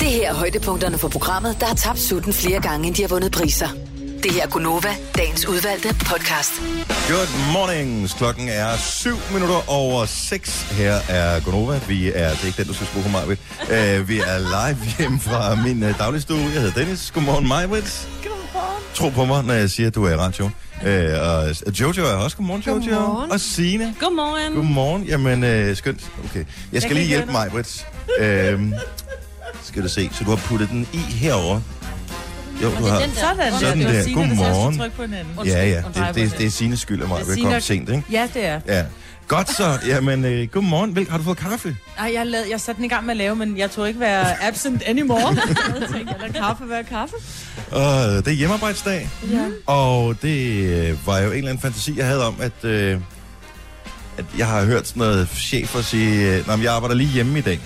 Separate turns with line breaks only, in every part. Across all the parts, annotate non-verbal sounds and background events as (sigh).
Det her er højdepunkterne for programmet, der har tabt sutten flere gange, end de har vundet priser. Det her er Gunova, dagens udvalgte podcast.
Good mornings. Klokken er 7 minutter over 6. Her er Gonova. Vi er, det er ikke den, du skal bruge på Majbrit. Uh, vi er live hjemme fra min uh, dagligstue. Jeg hedder Dennis. Godmorgen, Majbrit. Tro på mig, når jeg siger, at du er i radioen. Uh, og s- Jojo er her også. Godmorgen, Jojo.
Godmorgen.
Og Signe.
Godmorgen.
Godmorgen. Jamen, uh, skønt. Okay. Jeg skal
kan
lige
ikke
hjælpe
høre
Majbrit. Uh, skal du se. Så du har puttet den i herover. Jo, du har.
Sådan der.
Sådan
Det
der.
var Signe, der sagde, at jeg skulle
Godmorgen.
trykke på en anden.
Ja, ja.
Undskyld.
Det, det, det er Sines skyld af mig.
Det er
Jeg
Sine,
kom
der-
sent, ikke?
Ja, det er.
Ja. Godt så. Jamen, øh, godmorgen. Vel, har du fået kaffe?
Ej, jeg, lavede, jeg satte den i gang med at lave, men jeg tog ikke være absent
(laughs)
anymore. jeg tænkte, lad kaffe være kaffe.
Og øh, det er hjemmearbejdsdag.
Ja.
Og det øh, var jo en eller anden fantasi, jeg havde om, at, øh, at jeg har hørt sådan noget chefer sige, øh, "Nå, men jeg arbejder lige hjemme i dag.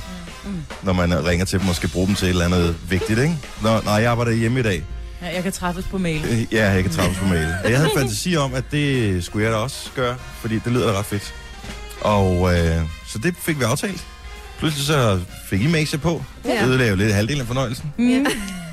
Mm.
Når man ringer til dem og skal bruge dem til et eller andet vigtigt, ikke? Nå, nej, jeg arbejder hjemme i dag.
Ja, jeg kan træffes på mail.
Øh, Ja, jeg kan trappes på mail. Og jeg havde fantasi om, at det skulle jeg da også gøre, fordi det lyder da ret fedt. Og øh, så det fik vi aftalt. Pludselig så fik I magie på.
Ja.
Ja. Ødelagde jo lidt halvdelen af fornøjelsen.
Mm.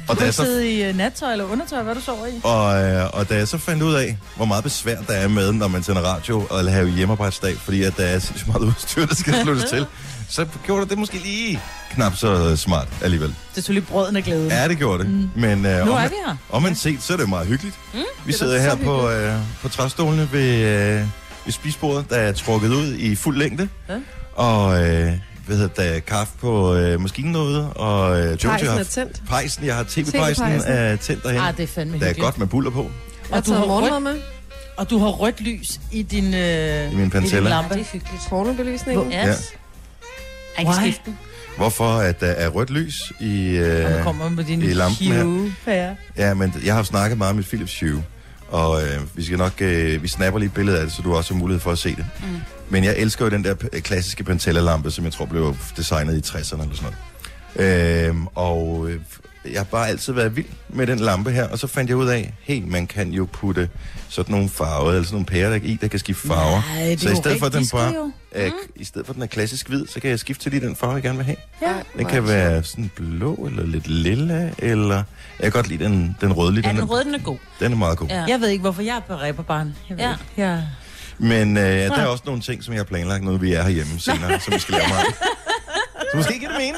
Og da,
Du
jeg
har
så,
siddet i uh, nattøj eller undertøj, hvad du sover i.
og, øh, og da jeg så fandt ud af, hvor meget besvær der er med, når man sender radio og have hjemmearbejdsdag, fordi at der er sindssygt meget udstyr, der skal flyttes til, så gjorde det det måske lige knap så smart alligevel.
Det tog lige brøden af glæden.
Ja, det gjorde det. Mm. Men, øh,
Nu
om-
er vi her.
Og man set, så er det jo meget hyggeligt. Mm, vi sidder
da
her
så
på, øh, på træstolene ved, øh, ved spisbordet, der er trukket ud i fuld længde.
Ja.
Og øh, hvad hedder det, der er kaffe på øh, maskinen derude, og øh, Jojo
Pejsen
har
er tændt.
pejsen, jeg har tv-pejsen
TV-pejsen.
er tændt derhen.
Ah, det er fandme
der er
hyggeligt.
godt med buller på.
Jeg har
Og du har
taget morgenmad
rødt,
med.
og du har rødt lys i din, øh,
I min
i din
Pantella.
lampe.
hyggeligt. Pornobelysningen.
Ja.
Ja.
Jeg kan
Why?
skifte den.
Hvorfor at der er rødt lys i...
Og du
Øh,
kommer med din
I lampen her.
Hue. Ja.
ja, men jeg har jo snakket meget med Philips Hue, og øh, vi skal nok... Øh, vi snapper lige et billede af det, så du også har mulighed for at se det. Mm. Men jeg elsker jo den der p- klassiske Pentella-lampe, som jeg tror blev designet i 60'erne eller sådan noget. Øhm, og øh, jeg har bare altid været vild med den lampe her, og så fandt jeg ud af, hey, man kan jo putte sådan nogle farver, eller sådan nogle pærer der i, der kan skifte farver.
Nej, det
så
er
i
jo
stedet for, at den
rigtig
bare,
disco
øh, k- i stedet for, at den er klassisk hvid, så kan jeg skifte til lige den farve, jeg gerne vil have.
Ja.
Den kan være sådan blå, eller lidt lilla, eller... Jeg kan godt lide den, den rødlige.
Ja,
Den,
den
er-
røde, den er god.
den er meget god.
Ja.
Jeg ved ikke, hvorfor jeg er på ræberbarn. Jeg ved
Ja.
ja. ikke. Jeg...
Men øh, der er også nogle ting, som jeg har planlagt, når vi er herhjemme senere, som vi skal
(laughs)
lave
(laughs)
meget. Så måske giver det mening.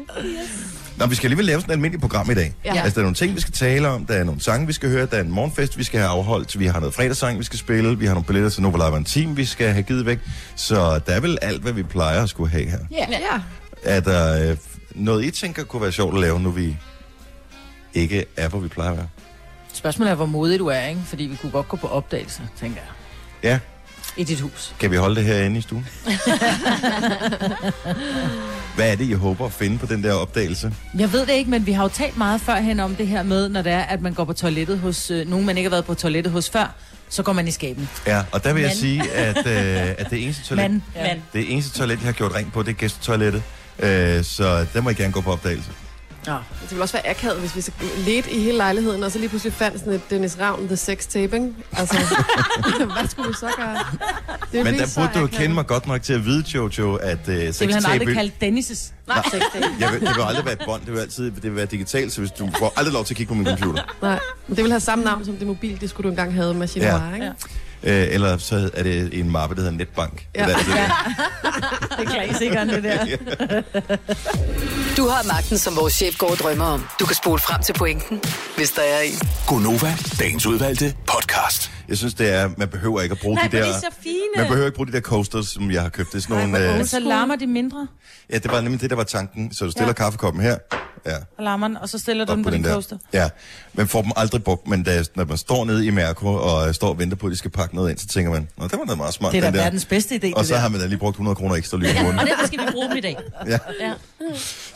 Yes. Nå, vi skal alligevel lave sådan et almindeligt program i dag.
Ja.
Altså, der er nogle ting, vi skal tale om, der er nogle sange, vi skal høre, der er en morgenfest, vi skal have afholdt, vi har noget fredagssang, vi skal spille, vi har nogle billetter til Nova Live en Team, vi skal have givet væk. Så der er vel alt, hvad vi plejer at skulle have her.
Ja. ja.
Er der øh, noget, I tænker kunne være sjovt at lave, nu vi ikke er, hvor vi plejer at være?
Spørgsmålet er, hvor modig du er, ikke? Fordi vi kunne godt gå på opdagelse, tænker jeg.
Ja,
I dit hus.
kan vi holde det herinde i stuen? Hvad er det, I håber at finde på den der opdagelse?
Jeg ved det ikke, men vi har jo talt meget førhen om det her med, når det er, at man går på toilettet hos øh, nogen, man ikke har været på toilettet hos før, så går man i skaben.
Ja, og der vil jeg
Men.
sige, at, øh, at det eneste toilet,
Man.
ja. Men
det eneste toilet, jeg har gjort rent på, det er gæstetoilettet. Øh, så der må I gerne gå på opdagelse.
Ja.
Det ville også være akavet, hvis vi så ledte i hele lejligheden, og så lige pludselig fandt sådan et Dennis Ravn The Sex Taping. Altså, (laughs) hvad skulle vi så gøre? Det ville
Men
blive
der
så
burde du jo
akavet.
kende mig godt nok til at vide, Jojo, at øh,
Det vil han aldrig
sextape...
kalde Dennis'
Nej.
sextape.
Jeg vil, det vil aldrig være et bånd, det vil altid det vil være digitalt, så hvis du får aldrig lov til at kigge på min computer.
Nej, men det ville have samme navn som det mobil, det skulle du engang have med Chinois,
Ja.
ja. ikke?
Ja.
Øh, eller så er det en mappe, der hedder Netbank.
Ja.
Det er altid det.
Det er klassikeren,
(laughs)
det der.
Du har magten, som vores chef går og drømmer om. Du kan spole frem til pointen, hvis der er en.
Gonova, dagens udvalgte podcast.
Jeg synes, det er, man behøver ikke at bruge
Nej,
de
hvor er
der...
de så fine.
Man behøver ikke bruge de der coasters, som jeg har købt. Det er sådan nogle...
Men
Øh,
så larmer de mindre,
ja, det var nemlig det, der var tanken. Så du stiller ja.
Ja.
kaffekoppen her. Ja.
og larmer den, og så stiller du
op
den på, din
der.
coaster.
Ja, man får dem aldrig brugt, men da, når man står nede i Mærko og øh, står og venter på, at de skal pakke noget ind, så tænker man, Nå, det var da meget smart,
Det er da
den der.
verdens bedste idé,
Og
det
så
der.
har man da lige brugt 100 kroner ekstra lige på den.
og derfor skal vi bruge dem i dag.
Ja.
Ja.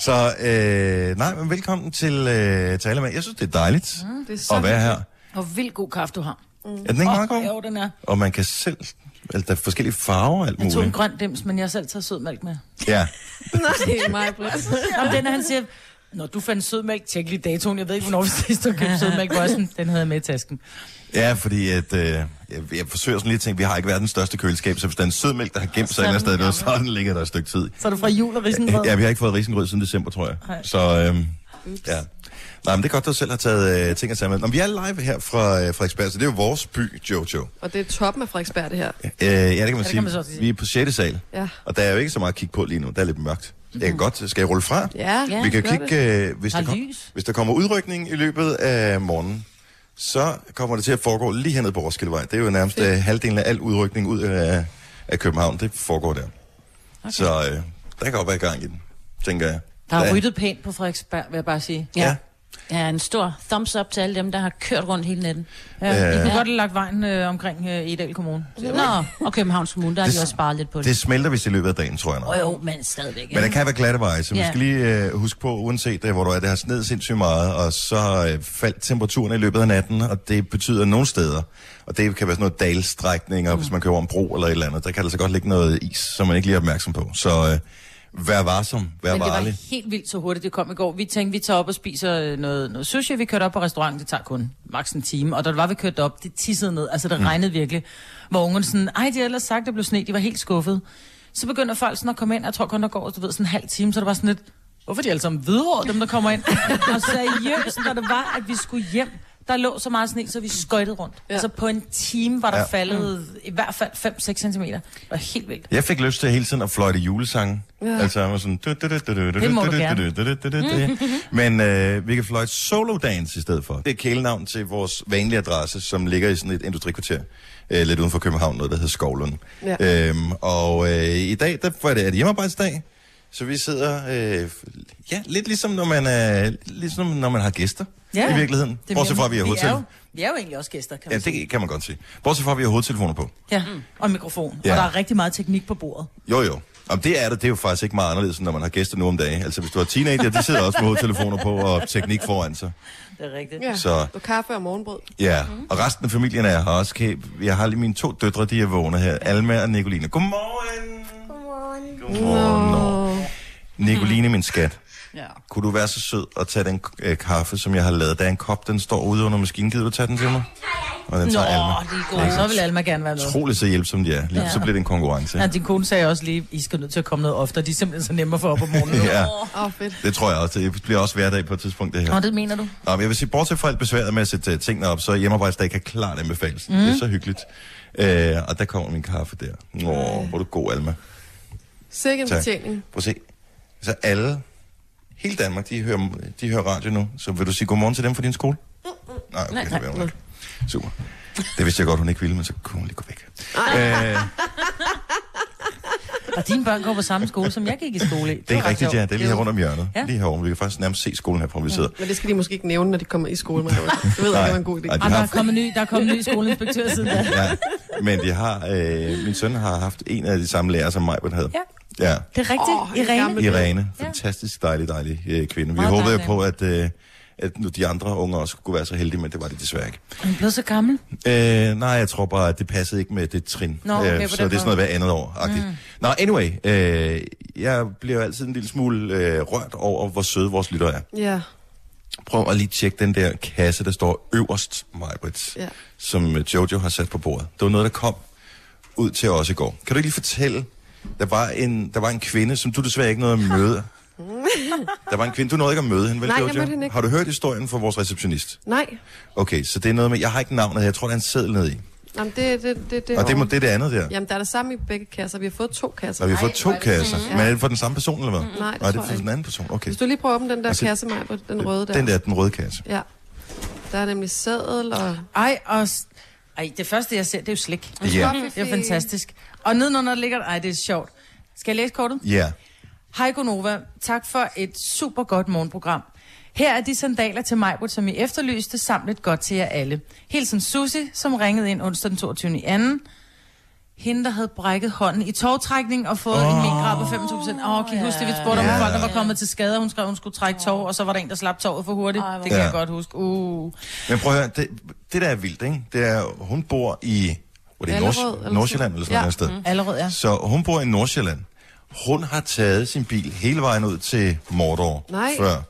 Så øh, nej, men velkommen til, øh, til alle mand. Jeg synes, det er dejligt
Ah,
Det er så
mm. at være her.
Og vild god kaffe, du har.
Mm. Er den ikke meget
Åh, jo,
god?
den er.
Og man kan selv... Altså, der er forskellige farver og alt
Jeg tog en
muligt. (laughs)
grøn dims, men jeg har selv taget sødmælk med.
Ja.
Nej, mig, Britt.
Om den, han siger, Når du fandt sødmælk, tjek lige datoen. Jeg ved ikke, hvornår vi sidst har købt sødmælk. hvor jeg sådan, Den havde jeg med i tasken.
Ja, fordi at, øh, jeg, jeg forsøger sådan lidt at tænke, vi har ikke verdens største køleskab, så hvis der er en sødmælk, der har gemt sig et eller andet sted, det var sådan ligger der et stykke tid.
Så er du fra jul og risengrød.
Ja, vi har ikke fået risengrød siden december, tror jeg.
Nej.
Så øhm, ja. Nej, men det er godt, du selv har taget øh, ting og sager med. Nå, men vi er live her fra øh, Frederiksberg, så det er jo vores by, Jojo.
Og det er toppen af Frederiksberg, det her.
Øh, ja, det kan man,
man
sige.
så sige.
Vi er på 6. sal,
Ja.
og der er jo ikke så meget at kigge på lige nu. Der er lidt mørkt. Jeg kan godt. Skal jeg rulle fra?
Ja,
Ja,
vi kan
gør
kigge, øh, hvis,
Der er
der kom,
lys.
hvis der kommer udrykning i løbet af morgenen, så kommer det til at foregå lige hernede på Roskildevej. Det er jo nærmest øh, halvdelen af al udrykning ud af, af København. Det foregår der. Okay. Så øh, der kan godt være gang i den, tænker jeg.
Der er ryddet pænt på Frederiksberg, vil jeg bare sige.
Ja.
Ja, en stor thumbs up til alle dem, der har kørt rundt hele natten.
Ja, I
Øh.
kunne godt have lagt vejen øh, omkring øh, Edal Kommune.
Nå, og Københavns Kommune, der har
Det-
de også sparet lidt på det.
Det smelter vist i løbet af dagen, tror jeg nok.
Åh jo, men stadigvæk.
Men der kan være glatte veje, så man
Ja.
skal lige øh, huske på, uanset øh, hvor du er, det har sneet sindssygt meget, og så øh, faldt temperaturen i løbet af natten, og det betyder nogle steder, og det kan være sådan noget dalstrækninger, mm. hvis man kører over en bro eller et eller andet, der kan altså godt ligge noget is, som man ikke lige er opmærksom på. Så øh, vær varsom, vær
Men det
varlig.
var helt vildt så hurtigt, det kom i går. Vi tænkte, vi tager op og spiser øh, noget, noget sushi. Vi kørte op på restauranten, det tager kun maks en time. Og da det var, vi kørte op, det tissede ned. Altså,
Mm.
det regnede virkelig. Hvor ungerne sådan, ej, de havde ellers sagt, det blev sne. De var helt skuffet. Så begynder folk sådan at komme ind. Jeg tror kun, der går du ved, sådan en halv time, så det var sådan lidt, hvorfor er de alle sammen hvidhår, dem der kommer
(laughs)
ind? og seriøst, når det var, at vi skulle hjem, der lå så meget sne, så vi skøjtede rundt. Ja. Altså på en time var der
Ja. Mm.
ja. faldet i hvert fald 5-6 cm. Det var helt vildt.
Jeg fik lyst til hele tiden at fløjte julesange. Ja. Altså, jeg var sådan...
Det må du Mm.
Men øh, vi kan fløjte solo dance i stedet for. Det er kælenavn til vores vanlige adresse, som ligger i sådan et industrikvarter. Øh, lidt uden for København, noget der hedder Skovlund. Ja.
Ja.
Øhm, og øh, i dag, der var det, er det hjemmearbejdsdag. Så vi sidder, øh, ja, lidt ligesom når man, er, ligesom når man har gæster. Ja. I virkeligheden.
Det
Bortset
bliver-
fra, at vi har
vi er,
hovedtelefoner.
jo, vi er jo egentlig også gæster, kan
Ja,
man sige.
det kan man godt sige. Bortset fra, at vi har hovedtelefoner på.
Ja, mm. og mikrofon.
Ja.
Ja. Og der er rigtig meget teknik på bordet.
Jo, jo. Om det er det, det er jo faktisk ikke meget anderledes, end når man har gæster nu om dagen. Altså, hvis du har teenager, de sidder også med hovedtelefoner på og teknik foran sig.
Det er rigtigt.
Ja,
Så-
du kaffe og morgenbrød.
Ja, og resten af familien er her også. Kan- Jeg har lige mine to døtre, de er vågne her. Alma og Nicoline. Godmorgen! Godmorgen. Godmorgen. Nå. Nicoline, min skat. Ja. Kunne du være så sød at tage den øh, kaffe, som jeg har lavet? Der er en kop, den står ude under maskinen. Gider du tage den til mig? Og den
Nå,
tager Alma.
det er godt. Så vil Alma gerne være med.
Utroligt så hjælpsomme de er. Lige, ja. Så bliver det en konkurrence.
Ja, din kone sagde også lige, I skal nødt til at komme noget oftere. De er simpelthen så nemme at få op om morgenen.
(laughs) Ja,
Åh, oh, fedt.
det tror jeg også. Det bliver også hverdag på et tidspunkt, det her.
Nå, det mener du?
Nå, men jeg vil sige, bortset fra alt besværet med at sætte uh, tingene op, så hjemmearbejdsdag kan klart anbefales. Mm. Det er så hyggeligt. Øh, og der kommer min kaffe der. Nå, hvor er du god, Alma.
Sikke en
Tak.
betjening.
Prøv at se. Så alle, hele Danmark, de hører, de hører radio nu. Så vil du sige godmorgen til dem fra din skole? Nej, okay, det vil hun ikke. Super. Det vidste jeg godt, hun ikke ville, men så kunne hun lige gå væk. Øh,
Og dine børn går på samme skole, som jeg gik i skole i.
det er
var ret
rigtigt, ja.
sjovt.
Det er lige her rundt om hjørnet. Ja.
Ja.
Lige herovre. Vi kan faktisk nærmest se skolen her, hvor vi sidder.
Men det skal de måske ikke nævne, når de kommer i skole.
(laughs)
Men jeg ved ikke, om det var en god idé.
Nej, de
Ej, der
har
er kommet ny, der er kommet
(laughs)
ny skoleinspektør siden da.
ja. Men de har, øh, min søn har haft en af de samme lærere, som Majbert havde. Ja. ja.
Det er rigtigt,
Åh,
oh,
en
Irene.
gammel-
Irene. Fantastisk dejlig, dejlig øh, kvinde. Vi
Meget
håbede jo
dejlig.
på, at, øh, at nu de andre unge også kunne være så heldige, men det var de desværre ikke.
Hun blev så gammel.
Øh, nej, jeg tror bare, at det passede ikke med det trin. Øh,
Nå, okay, på
så
den
det er sådan
måde.
noget hver andet år. Mm. Nå, anyway. Øh, jeg bliver jo altid en lille smule øh, rørt over, hvor søde vores lyttere er.
Ja,
Prøv at lige tjekke den der kasse, der står øverst, Majbrits, ja.
Ja.
som øh, Jojo har sat på bordet. Det var noget, der kom ud til os i går. Kan du ikke lige fortælle, der var en, der var en kvinde, som du desværre ikke nåede at møde. der var en kvinde, du nåede ikke at møde hende, vel,
Nej, jeg
Jojo?
mødte hende ikke.
Har du hørt historien fra vores receptionist?
nej.
Okay, så det er noget med, jeg har ikke navnet her, jeg tror, der er en seddel nede i.
Jamen, det, det, det, det,
Og det, må, det er det andet der.
Jamen, der er det samme i begge kasser. Vi har fået to kasser.
Når vi har fået to kasser. Men er det for den samme person, eller hvad?
Nej, det
Nej, det
tror
er
jeg
for den
ikke.
anden person. Okay.
Hvis du lige prøver at åbne den der
Altså,
kasse, mig, den røde der.
Den der, den røde kasse.
Ja. Der er nemlig sædel og...
Ej, og... s- Ej, det første, jeg ser, det er jo slik.
Ja.
Det er fantastisk. Og nedenunder ligger... Ej, det er sjovt. Skal jeg læse kortet?
Ja.
Hej Gunova, tak for et super godt morgenprogram. Her er de sandaler til Majbrit, som I efterlyste, samt et godt til jer alle. Hilsen Susi, som ringede ind onsdag den 22. i anden. Hende, der havde brækket hånden i tårtrækning og fået oh. en minkgrad på 5.000. Åh, oh, kan I huske det? Vi spurgte, om
Ja.
folk der var kommet til skade, og hun skrev, hun skulle trække tår, og så var der en, der slap tåret for hurtigt. det kan
Ja.
jeg godt huske. Uh.
Men prøv at høre, det, det der er vildt, ikke? Det er, hun bor i... Hvor det er
Allerød,
Nordsj-
eller sådan
Nordsjælland eller sådan
noget.
noget sted.
Allerede, Mm. ja.
Så hun bor i Nordsjælland. Hun har taget sin bil hele vejen ud til Mordor
Nej.
før.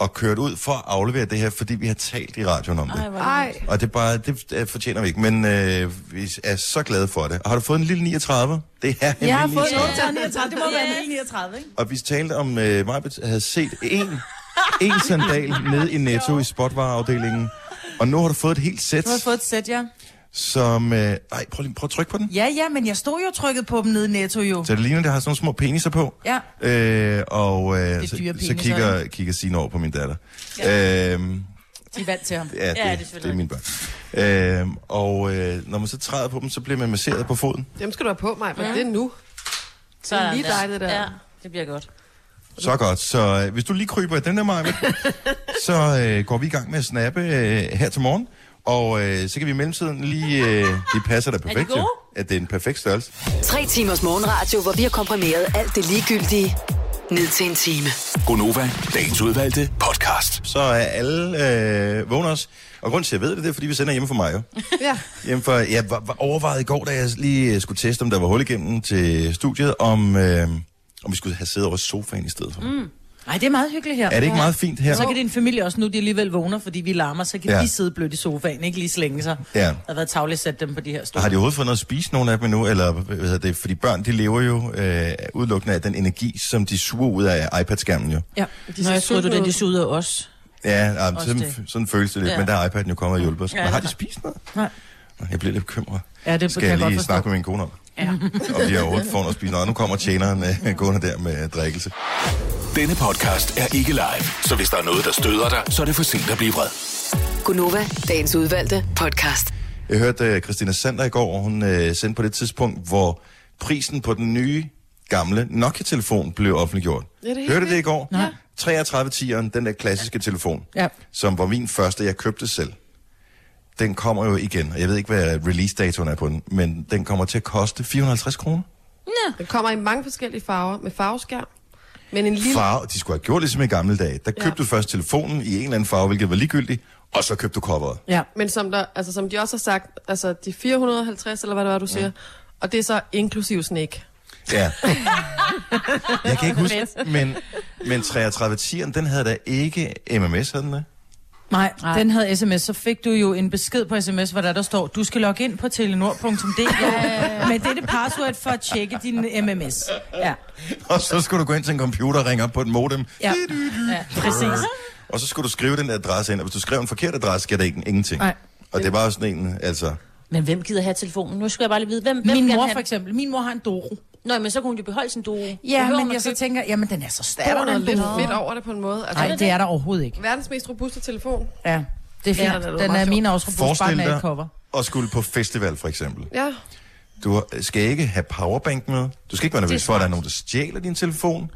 og kørt ud for at aflevere det her, fordi vi har talt i radioen om det.
Ej, hvor er det
Ej,
Og det, er bare, det øh, fortjener vi ikke, men øh, vi er så glade for det. Og har du fået en lille 39? Det er en
jeg har
lille
fået
39.
noget til.
39, det må være en lille 39, ikke?
Og vi talte om, øh, Majbet havde set en, en sandal nede i Netto i spotvareafdelingen. Og nu har du fået et helt sæt,
Du har fået et sæt, ja.
som... Øh, ej, prøv, lige, prøv at trykke på den.
Ja, ja, men jeg stod jo trykket på dem nede i Netto jo.
Så det ligner, det har sådan nogle små peniser på.
Ja.
Øh, og øh, så,
dyre
så
peniser,
kigger, kigger Signe over på min datter. Ja. Øhm,
De vandt til ham.
ja, det,
det er
ja, det, det er mine børn. Øhm, og øh, når man så træder på dem, så bliver man masseret på foden.
Dem skal du have på mig, men det er nu.
Så
Det er lige dig, det der.
Ja, det bliver godt.
Så godt. Så øh, hvis du lige kryber i den der marmel, så øh, går vi i gang med at snappe øh, her til morgen. Og øh, så kan vi i mellemtiden lige... Øh, de passer da perfekt,
gode?
jo. At det er en perfekt størrelse.
Tre timers morgenradio, hvor vi har komprimeret alt det ligegyldige ned til en time.
Gonova, dagens udvalgte podcast.
Så er alle øh, vågne os. Og grund til, at jeg ved det, det er, fordi vi sender hjemme for mig jo.
Ja,
Jamen for, jeg var, var overvejet i går, da jeg lige øh, skulle teste, om der var hul igennem til studiet, om, øh, om vi skulle have siddet over sofaen i stedet for. Mm.
Nej, det er meget hyggeligt her.
Er det ikke meget fint her?
Så kan din familie også, nu de alligevel vågner, fordi vi larmer, så kan
Ja.
ja. de sidde blødt i sofaen, ikke lige slænge sig.
Ja.
Der har været tavligt sat dem på de her
Og Har
stole.
de overhovedet fået noget at spise, nogen af dem nu? Eller, hvad hedder det? Fordi børn, de lever jo øh, udelukkende af den energi, som de suger ud af iPad-skærmen jo.
Ja.
de
Nå,
ser
jeg troede, du
sultne
det, de
ud.
sugede os.
Ja, jamen,
Også
sådan,
det.
sådan føles det lidt, ja.
Ja.
men der er iPad'en jo kommet og hjulpet os.
Ja,
Men har
det
de
har-
spist noget?
Nej.
Nå, Jeg bliver lidt bekymret.
Ja, det
Skal
kan
jeg
jeg godt
lige
forstå.
snakke med min kone om?
Ja.
Og vi har overhovedet foran at spise noget. Nu kommer tjeneren øh, gående der med (laughs) øh, drikkelse.
Denne podcast er ikke live, så hvis der er noget, der støder dig, så er det for sent at blive vred.
Gunova, dagens udvalgte podcast.
Jeg hørte øh, Christina Sander i går, og hun øh, sendte på det tidspunkt, hvor prisen på den nye gamle Nokia-telefon blev offentliggjort.
Ja, det er helt
Hørte I det
vildt.
i går? Ja. 3310'eren, den der klassiske telefon,
Ja.
som var min første, jeg købte selv. Den kommer jo igen, og jeg ved ikke, hvad release-datoen er på den, men den kommer til at koste 450 kroner.
Den kommer i mange forskellige farver, med farveskærm. Men en lille...
Farve, de skulle have gjort ligesom i gamle dage. Der
Ja.
købte du først telefonen i en eller anden farve, hvilket var ligegyldigt, og så købte du coveret.
Ja.
Men som, der, altså, som de også har sagt, altså de 450, eller hvad det var, du siger, og det er så inklusiv snake. (laughs)
Ja. Jeg kan ikke huske, men, men 3310'eren, den havde da ikke MMS, havde den det?
Nej, Nej, den havde sms, så fik du jo en besked på sms, hvor der, der står, du skal logge ind på telenor.dk med dette password for at tjekke din MMS. Ja,
Og så skulle du gå ind til en computer og ringe op på et modem.
ja. ja præcis.
Og så skulle du skrive den adresse ind, og hvis du skrev en forkert adresse, gav det ikke, ingenting.
Nej.
Og det var jo sådan en, altså...
Men hvem gider have telefonen? Nu skal jeg bare lige vide, hvem, hvem
Min
gerne
mor
have
for eksempel, min mor har en Doro.
den? Nå, men så kunne hun jo beholde sin duo.
Ja, men jeg så tænker, jamen den er så stor.
Er der noget
den
lidt
Doro.
fedt over det på en måde? Altså,
Nej, det er der overhovedet ikke.
Verdens mest robuste telefon.
Ja, det er fint.
Ja,
Ja,
det er
den,
meget
er
sjovt.
min også fra
Forestil
Brugsbakken af
dig
et cover.
at skulle på festival, for eksempel.
Ja.
Du skal ikke have powerbank med. Du skal ikke være nervøs for, at der er nogen, der stjæler din telefon.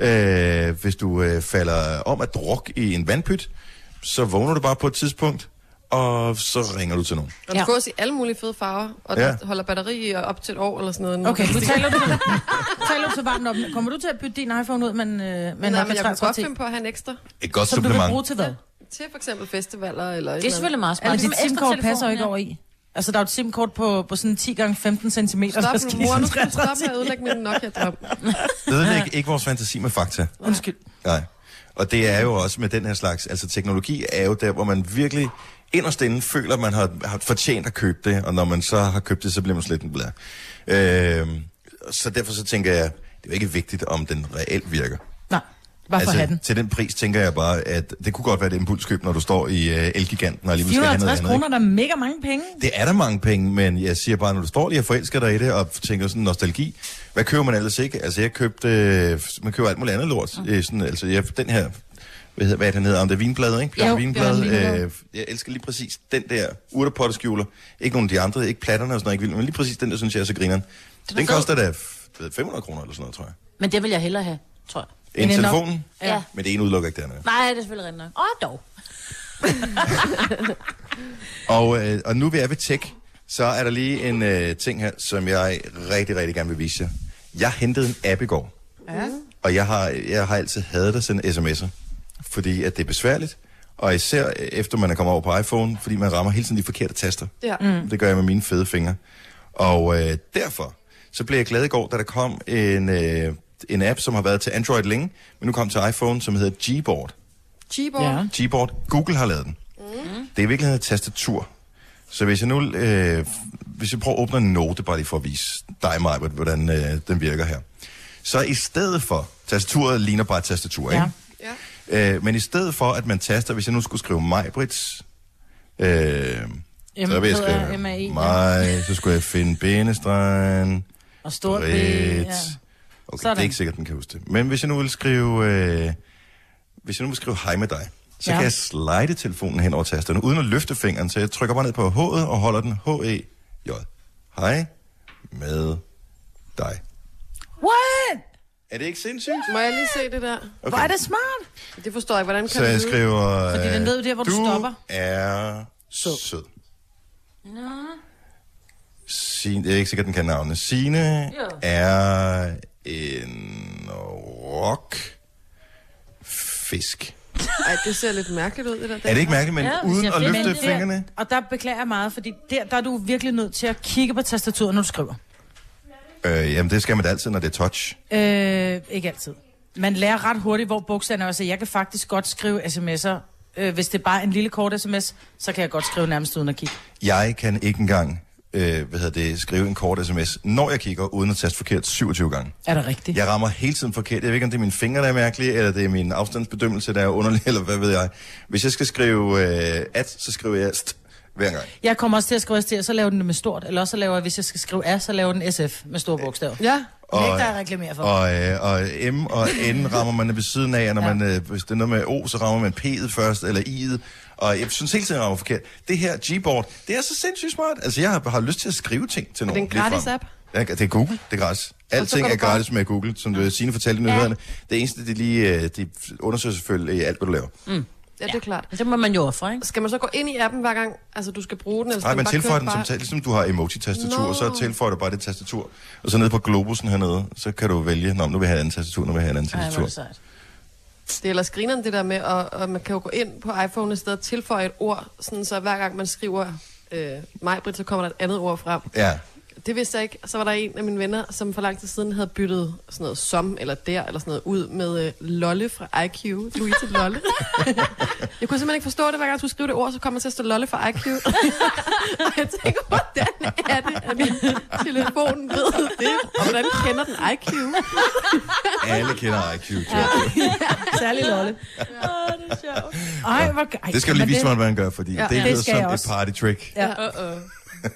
Øh, hvis du øh, falder om at druk i en vandpyt, så vågner du bare på et tidspunkt, og så ringer du til nogen.
Og den gås i alle mulige fede farver, og
Ja.
ja. den holder batteri i op til et år eller sådan noget.
Okay, nu
(laughs)
taler du, taler du så varmt om den. Kommer du til at bytte din iPhone ud med en, øh, med en
Men, Nej,
Nokia
men jeg kunne godt
3310?
finde på at have en ekstra.
Et godt
Som du kan bruge
supplement.
til hvad?
Til for eksempel festivaler eller et
Det er selvfølgelig meget smart.
Altså,
Ligesom
dit SIM-kort
ekstra-telefonen,
passer jo ikke
ja.
over i. Altså, der er jo et SIM-kort på, på sådan 10 gange 15 cm.
Stop nu, mor. Nu skal du stoppe med at ødelægge min Nokia-drøm.
Det er ikke, ikke vores fantasi med fakta.
Undskyld.
Nej. Og det er jo også med den her slags, altså teknologi er jo der, hvor man virkelig inderst inden føler, at man har, har fortjent at købe det, og når man så har købt det, så bliver man slet en blær. Øh, så derfor så tænker jeg, det er jo ikke vigtigt, om den reelt virker. Altså,
Nej, bare for at have den.
til den pris tænker jeg bare, at det kunne godt være et impulskøb, når du står i øh, Elgiganten og alligevel skal have noget
450
andet.
kroner, der er mega mange penge.
ikke? Det er der mange penge, men jeg siger bare, når du står lige og forelsker dig i det, og tænker sådan nostalgi, hvad køber man ellers ikke? Altså jeg købte, øh, man køber alt muligt andet lort. Mm. Sådan, altså jeg, den her, hvad hedder, hvad er den hedder, om det er vinblad, ikke? Bjørn
Jo,
vinblad,
Bjørn Vinblad.
øh, jeg elsker lige præcis den der urtepotterskjuler. Ikke nogen af de andre, ikke platterne og sådan noget, ikke vildt, men lige præcis den der, synes jeg er så grineren. Den
fed.
koster da f- hvad, 500 kroner eller sådan noget, tror jeg.
Men det vil jeg hellere have, tror jeg.
En
Men en nok-
telefon,
Ja. ja.
men det ene udelukker ikke det andet.
Nej, det er selvfølgelig rigtigt nok. Åh,
(laughs)
dog.
Og, øh, og nu vi er ved tech, så er der lige en øh, ting her, som jeg rigtig, rigtig gerne vil vise jer. Jeg hentede en app i går,
Ja.
og jeg har, jeg har altid hadet at sende sms'er, fordi at det er besværligt, og især øh, efter man er kommet over på iPhone, fordi man rammer hele tiden de forkerte taster.
Ja.
Mm. Det gør jeg med mine fede fingre. Og øh, derfor, så blev jeg glad i går, da der kom en, øh, en app, som har været til Android længe, men nu kom til iPhone, som hedder Gboard.
Keyboard. Ja.
Keyboard. Google har lavet den. Mm. Det er i virkeligheden et tastatur. Så hvis jeg nu... Øh, hvis jeg prøver at åbne en note, bare lige for at vise dig, mig, hvordan øh, den virker her. Så i stedet for... Tastaturet ligner bare et tastatur, ikke?
ja.
Øh, men i stedet for, at man taster, hvis jeg nu skulle skrive mig, Brits, øh, så vil jeg
hedder
skrive
M.A.I., E, ja.
mig, så skulle jeg finde benestregen,
Og stort B.
Brits.
Ja.
Okay, Sådan.
Sådan.
det er ikke sikkert, den kan huske det. Men hvis jeg nu vil skrive, øh, hvis jeg nu vil skrive hej med dig, så ja.
Ja.
kan jeg slide telefonen hen over tasterne, uden at løfte fingeren, så jeg trykker bare ned på H'et og holder den H-E-J. Hej med dig.
What?
Er det ikke sindssygt?
Må jeg lige se det der?
Okay.
Hvor er det smart?
Det forstår jeg ikke. Hvordan kan
Så
du
jeg
vide?
skriver...
Fordi den
øh,
ved jo der, hvor du stopper."
er sød. sød. Sine, jeg er ikke sikker, den kan navne. Sine er en rock fisk.
Ej, det ser lidt mærkeligt ud, det der.
Er det ikke mærkeligt, men ja,
Ja,
uden
hvis
at
jeg
løfte
finder
det,
det.
fingrene?
Og der beklager jeg meget, fordi der, der er du virkelig nødt til at kigge på tastaturet, når du skriver.
Øh, jamen, det skal man altid, når det er touch.
Øh, ikke altid. Man lærer ret hurtigt, hvor bogstaverne er. Så jeg kan faktisk godt skrive sms'er. Øh, hvis det er bare en lille kort sms, så kan jeg godt skrive nærmest uden at kigge.
Jeg kan ikke engang øh, hvad hedder det, skrive en kort sms, når jeg kigger, uden at taste forkert 27 gange.
Er det rigtigt?
Jeg rammer hele tiden forkert. Jeg ved ikke, om det er mine fingre, der er mærkelige, eller det er min afstandsbedømmelse, der er underlig, (laughs) eller hvad ved jeg. Hvis jeg skal skrive øh, at, så skriver jeg st hver gang.
Jeg kommer også til at skrive ST, og så laver den det med stort. Eller også så laver jeg, hvis jeg skal skrive R, så laver den SF med store bogstaver. Ja.
Ja.
Det er ikke, der er reklamere for.
Og, øh, og M og N rammer man ved siden af, og når ja. man, øh, hvis det er noget med O, så rammer man P'et først, eller I'et. Og jeg synes hele tiden, jeg rammer forkert. Det her Gboard, det er så sindssygt smart. Altså, jeg har, har lyst til at skrive ting til nogen.
det en gratis
ligefrem.
app?
Ja, det er Google, det er gratis. Alting
kan
er
du bare-
gratis med Google, som du Signe fortalte i nyhederne. Det eneste, de lige øh, de undersøger selvfølgelig alt, hvad du laver.
ja, det er klart.
Men Det må man jo ofre, ikke?
Skal man så gå ind i appen hver gang, altså du skal bruge den? Eller
Nej,
skal
man
bare
tilføjer
køre
den som tal, ligesom du har emoji-tastatur,
Nå.
og så tilføjer du bare det tastatur. Og så nede på globusen hernede, så kan du vælge, nå, nu vil jeg have et andet tastatur, nu vil jeg have et andet
Ej, hvor er
tastatur.
det sejt.
Det er ellers grineren det der med, og, og man kan jo gå ind på iPhone et sted og tilføje et ord, sådan så hver gang man skriver øh, Majbrit, så kommer der et andet ord frem.
Ja,
Det vidste jeg ikke. Så var der en af mine venner, som for lang tid siden havde byttet sådan noget som eller der eller sådan noget ud med øh, Lolle fra IQ. Louise
(laughs)
Lolle. jeg kunne simpelthen ikke forstå det. Hver gang jeg skulle skrive det ord, så kom jeg til at stå Lolle fra
(laughs)
IQ. og jeg tænker, hvordan er det, at min telefon ved det? Og hvordan kender den IQ?
alle kender IQ. Ja.
(laughs) Særlig Lolle. Ja, det er sjovt. Ej, hvor... Ej,
Det skal du lige
men
vise mig, hvordan man gør, fordi ja,
Ja.
det
Det
lyder
skal jeg
som et
også.
party-trick.
Ja.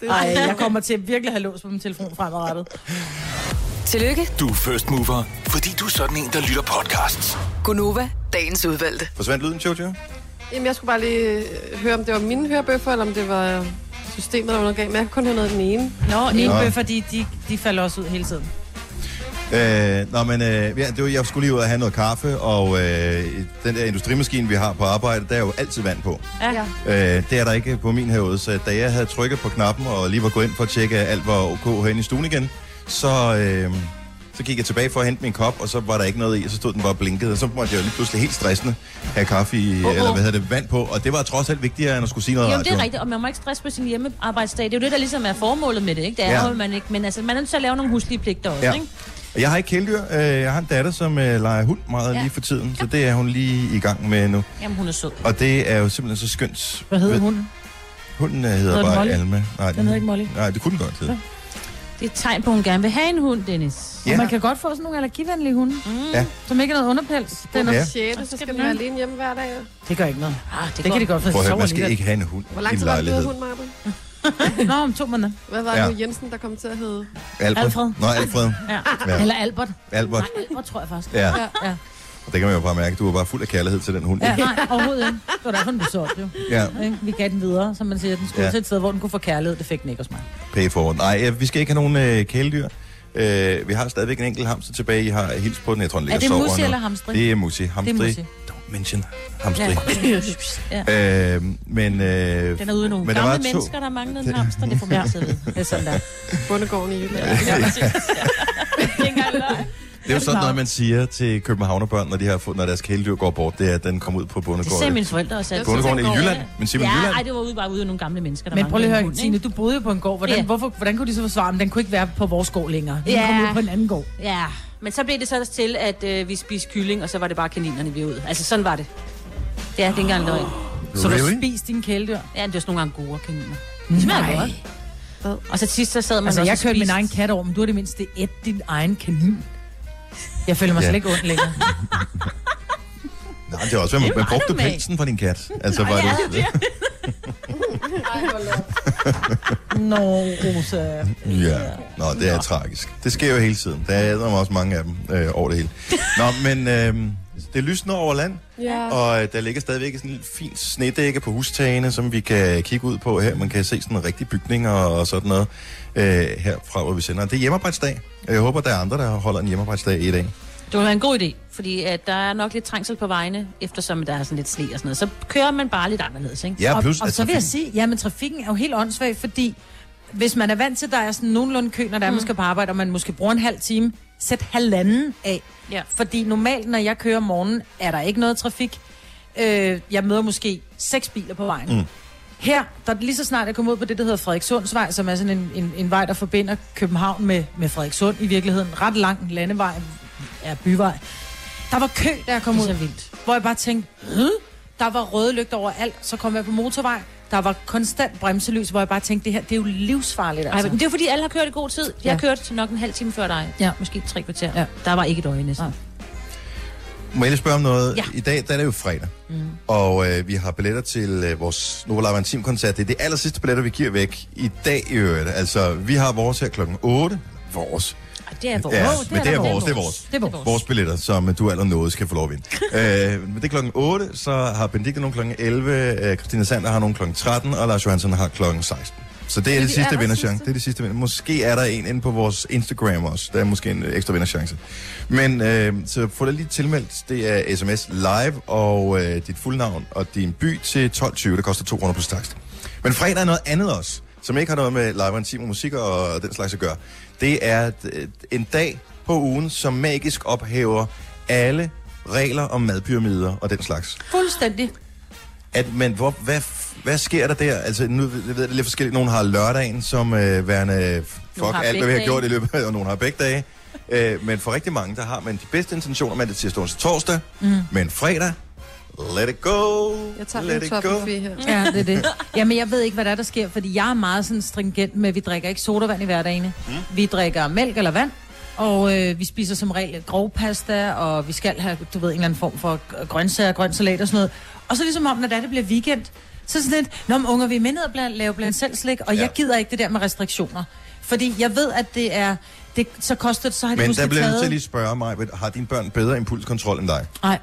Ej, jeg kommer til at virkelig have lås på min telefon fremadrettet.
Tillykke,
Du er first mover, fordi du er sådan en, der lytter podcasts.
Gunova, dagens udvalgte.
Forsvandt lyden, Jojo?
Jamen, jeg skulle bare lige øh, høre, om det var mine hørebøffer, eller om det var systemet, der var noget galt. Men jeg kunne kun høre noget af den ene.
Nå, mine
Nå.
bøffer, de, de, de falder også ud hele tiden.
Øh, nå, men øh, ja, det var, jeg skulle lige ud og have noget kaffe, og øh, den der industrimaskine, vi har på arbejde, der er jo altid vand på.
Ja.
Øh, det er der ikke på min herude, så da jeg havde trykket på knappen og lige var gået ind for at tjekke, at alt var ok herinde i stuen igen, så, øh, så gik jeg tilbage for at hente min kop, og så var der ikke noget i, og så stod den bare blinket, og så måtte jeg jo lige pludselig helt stressende have kaffe i, uh-huh. eller hvad hedder det, vand på, og det var trods alt vigtigere, end at skulle sige noget i
Jo, det er
radioen.
rigtigt, og man må ikke stresse på sin hjemmearbejdsdag. Det er jo det, der ligesom er formålet med det, ikke? Det er
Ja.
ja. jo, man ikke, men altså, man er nødt til at lave nogle huslige pligter også,
Ja.
ikke?
Og Jeg har ikke kæledyr. Øh, Jeg har en datter, som øh, leger hund meget ja.
Ja.
lige for tiden, så det er hun lige i gang med nu.
Jamen, hun er sød.
Og det er jo simpelthen så skønt.
Hvad hedder
Ved-
hunden?
Hunden øh, hedder
den
bare
Molly?
Alma. Nej, den
hedder ikke Molly.
Nej, det kunne den godt hedde.
Det er et tegn på, at hun gerne vil have en hund, Dennis.
Ja.
Ja.
Man kan godt få sådan nogle allergivenlige hunde, mm.
Ja.
som ikke har noget underpels. Den er,
Ja.
Ja. 6. så skal den være alene hjemme hver dag. jo.
Det gør ikke noget.
Ah, det,
Det kan de godt få.
Prøv at høre,
Sover
man skal
alligevel.
ikke have en hund
Hvor
i
lang
en
tid var
lejlighed.
det hun, Marbe?
(laughs)
Nå, om to måneder.
Hvad var det
Ja.
nu, Jensen, der kom til at hedde?
Alfred.
Alfred.
Nå, Alfred.
Ja.
Ja.
Eller Albert.
Albert.
Nej, Albert tror jeg faktisk.
Ja.
Ja.
Og det kan man jo bare mærke. Du er bare fuld af kærlighed til den hund.
ja.
ikke?
Nej, overhovedet ikke. Det var derfor, den blev solgt, jo.
ja.
Ikke? Vi gav den videre, som man siger. Den skulle
Ja.
ja. til et sted, hvor den kunne få kærlighed. Det fik den ikke hos mig.
Pay forward. Nej, øh, vi skal ikke have nogen øh, kæledyr. Øh, vi har stadigvæk en enkelt hamster tilbage. I har hils på den. Jeg tror, den ligger
Er det
og sover
Musi
nu.
eller hamstring?
Det er Musi. Hamstri.
Musi.
Don't mention hamstri.
Ja.
Ja. Øh, men, øh,
Den er ude i nogle
men der var
gamle
to-
mennesker, der manglede en hamster. Det får man altid
(laughs)
at vide.
Det er sådan der.
(laughs) Bundegården i Jylland.
Det er jo sådan noget, man siger til københavnerbørn, når, de har fået, når deres kæledyr går bort. Det er, at den kommer ud på
Det sagde
bondegården.
mine forældre også. altid.
Bondegården i
Bondegård,
Jylland. Men siger man
Ja,
Jylland?
ej, det var ude, bare ude af nogle gamle mennesker, der
Men prøv lige at
manglede en
høre,
hund,
Tine, du boede jo på en gård. Hvordan,
Ja.
hvorfor, hvordan kunne de så forsvare, at den kunne ikke være på vores gård længere? Den
Ja.
kom ud på en anden gård.
ikke? Ja, men så blev det så til, at øh, vi spiste kylling, og så var det bare kaninerne, vi ud. Altså, sådan var det. Det er ikke engang løgn.
Så
Really?
du spiser dine kæledyr?
Ja, det er sådan nogle angora kaniner. Det smager
Nej.
godt. Og så sidst, så sad man
Altså,
også
jeg
og
kørte min
spiste-
egen kat over, men du har det mindste et din egen kanin. Jeg føler mig
Ja.
slet ikke ondt (laughs) længere.
Nej, det er også, hvad man, man brugte pelsen fra din kat. Altså, var det...
Nå, Rosa.
(laughs) Ja, Nå, det er tragisk. Det sker jo hele tiden. Der er æder også mange af dem øh, over det hele. Nå, men øh, det lysner over land,
Ja.
og øh, der ligger stadigvæk sådan en fin snedække på hustagene, som vi kan kigge ud på her. Man kan se sådan rigtige bygninger og sådan noget øh, herfra, hvor vi sender. Det er hjemmearbejdsdag. Jeg håber, der er andre, der holder en hjemmearbejdsdag i dag.
Det ville være en god idé, fordi at der er nok lidt trængsel på vejene, eftersom der er sådan lidt sne og sådan noget. Så kører man bare lidt anderledes, ikke?
Ja,
og,
plus,
og
at
så vil jeg
trafikken-
sige, ja, men trafikken er jo helt åndssvag, fordi hvis man er vant til, at der er sådan nogenlunde kø, når der mm. man skal på arbejde, og man måske bruger en halv time, sæt halvanden af.
Ja.
Fordi normalt, når jeg kører om morgenen, er der ikke noget trafik. Øh, jeg møder måske seks biler på vejen. Mm. Her, der lige så snart jeg kom ud på det, der hedder Frederikssundsvej, som er sådan en, en, en vej, der forbinder København med, med Frederikssund i virkeligheden. Ret lang landevej, er byvej. Der var kø, da jeg kom ud.
Det er så vildt.
Hvor jeg bare tænkte, "Hm?" der var røde lygter overalt, så kom jeg på motorvej. Der var konstant bremselys, hvor jeg bare tænkte, det her, det er jo livsfarligt,
Ej,
altså.
men det er jo fordi, alle har kørt i god tid. Jeg
Ja.
ja. kørte nok en halv time før dig.
Ja.
Måske tre kvarter.
Ja.
Ja. Der var ikke et øje næsten.
Nej.
Må jeg lige spørge om noget?
Ja.
I dag der er det jo fredag, mm. og øh, vi har billetter til øh, vores Nova Live Intim koncert. Det er det aller sidste billetter, vi giver væk i dag i øvrigt. Altså, vi har vores her klokken 8. Vores.
Ej, det er vores.
Ja,
Ja,
men det er vores, det er vores.
Det er vores.
Vores billetter, som øh, du allerede nåede, skal få lov at (laughs) vinde. øh, men det er klokken 8, så har Benedikte nogen klokken 11, øh, Christina Sander har nogen klokken 13, og Lars Johansson har klokken 16. Så det er, det,
de
det sidste
aller
vinderchance.
sidste.
Det er det sidste vinder. Måske er der en inde på vores Instagram også. Der er måske en øh, ekstra vinderchance. Men øh, så få dig lige tilmeldt. Det er sms live og øh, dit fulde navn og din by til 12.20. Det koster 2 kroner plus takst. Men fredag er noget andet også, som ikke har noget med live og intim og musik og den slags at gøre. Det er øh, en dag på ugen, som magisk ophæver alle regler om madpyramider og den slags
Fuldstændig.
at, men hvor, hvad, f- hvad sker der der? Altså, nu ved jeg ved, det er lidt forskelligt. Nogle har lørdagen som øh, værende, fuck
har
alt, hvad vi har
begge
gjort i løbet af, og nogle har begge dage. Øh, men for rigtig mange, der har man de bedste intentioner mandag, tirsdag, onsdag, torsdag. Mm. Men fredag, let it go,
Jeg tager
let
lidt
it go.
topbuffet her.
Ja, det er det. Jamen, jeg ved ikke, hvad der, er, der sker, fordi jeg er meget sådan stringent med, at vi drikker ikke sodavand i hverdagene. Mm. Vi drikker mælk eller vand, og øh, vi spiser som regel grovpasta, og vi skal have, du ved, en eller anden form for g- grøntsager, grøn salat og sådan noget. Og så ligesom om, når det, er, det bliver weekend, så er det sådan lidt, Nå, men unger, vi er med ned og bland, lave blandt selv slik, og
Ja.
ja. jeg gider ikke det der med restriktioner. Fordi jeg ved, at det er, det, så koster det, så har de
Men
måske
der bliver jeg nødt til at
taget...
lige spørge mig, har dine børn bedre impulskontrol end dig?
Nej,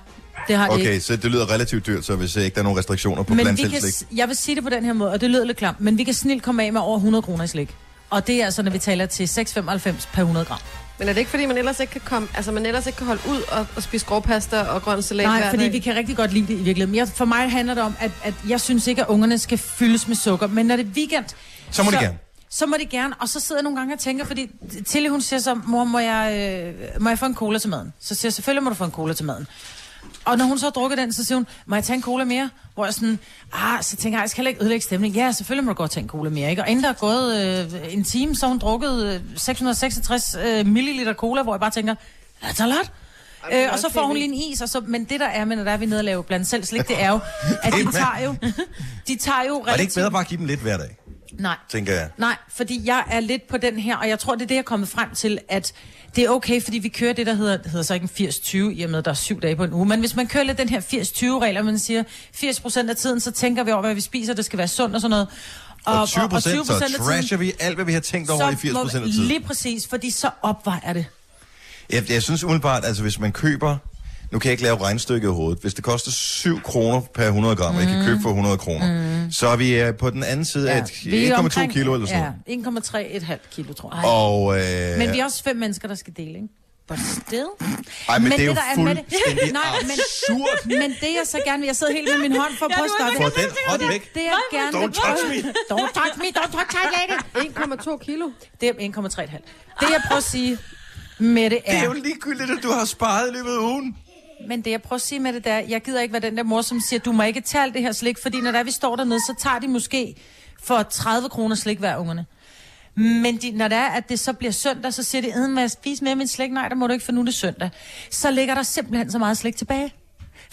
det har de ikke.
Okay, så det lyder relativt dyrt, så hvis øh, ikke der er nogen restriktioner på
Men
blandt
vi
selv
kan,
slik.
s- jeg vil sige det på den her måde, og det lyder lidt klamt, men vi kan snilt komme af med over 100 kroner i slik. Og det er altså, når vi taler til 6,95 per 100 gram.
Men er det ikke, fordi man ellers ikke kan komme, altså man ellers ikke kan holde ud og, og spise grovpasta og grøn salat
Nej,
hver
fordi
dag?
vi kan rigtig godt lide det i virkeligheden. Men jeg, for mig handler det om, at, at jeg synes ikke, at ungerne skal fyldes med sukker. Men når det er weekend...
Så må de gerne.
Så må de gerne, og så sidder jeg nogle gange og tænker, fordi Tilly hun siger så, mor, må jeg, øh, må jeg få en cola til maden? Så siger jeg, selvfølgelig må du få en cola til maden. Og når hun så har drukket den, så siger hun, må jeg tage en cola mere? Hvor jeg sådan, ah, så tænker jeg, jeg skal heller ikke ødelægge stemningen. Ja, selvfølgelig må du godt tage en cola mere, ikke? Og inden der er gået øh, en time, så har hun drukket øh, 666 øh, milliliter cola, hvor jeg bare tænker, that's a lot. Øh, og så får hun lige en is, og så, men det der er, men når der er vi nede og laver blandt selv slik, det er jo,
(laughs)
at de tager jo, de tager jo
Var det ikke bedre bare at give dem lidt hver dag,
Nej.
tænker jeg?
Nej, fordi jeg er lidt på den her, og jeg tror, det er det, jeg er kommet frem til, at det er okay, fordi vi kører det, der hedder, det hedder så ikke en 80-20, i og med, at der er syv dage på en uge. Men hvis man kører lidt den her 80-20-regel, og man siger, 80% af tiden, så tænker vi over, hvad vi spiser, det skal være sundt og sådan noget.
Og 20 procent, så
20% af tiden,
trasher vi alt, hvad vi har tænkt over i 80
må-
procent af tiden.
Lige præcis, fordi så opvejer det.
Jeg, jeg synes umiddelbart, altså hvis man køber... Nu kan jeg ikke lave regnstykket i hovedet. Hvis det koster 7 kroner per 100 gram, og jeg kan købe for 100 kroner, så er vi øh, på den anden side af
Mm. Vi er
ja, 1,2
omkring-
kilo eller sådan
Ja,
noget.
1,3-1,5 kilo, tror jeg.
Og, øh,
Men vi er også fem mennesker, der skal dele, ikke?
But still.
ej, men,
men
det er jo
det, der er med det-
fuldstændig
(laughs) Nej, men-
absurd.
Men det jeg så gerne vil, jeg sidder helt med min hånd for at prøve at stoppe.
Få den hånd væk.
Det jeg gerne
Don't touch me.
Don't touch me, don't touch my lady.
1,2 kilo.
Det er 1,3,5. Det jeg prøver at sige med det
Det er
er,
jo ligegyldigt, at du har sparet i løbet af ugen.
men det jeg prøver at sige med det der, jeg gider ikke være den der mor, som siger, du må ikke tage alt det her slik, fordi når der er, vi står dernede, så tager de måske for 30 kroner slik hver ungerne. Men de, når det er, at det så bliver søndag, så siger de, "Hm, æden, må jeg spise mere af min slik? Nej, der må du ikke, for nu er det søndag. Så ligger der simpelthen så meget slik tilbage.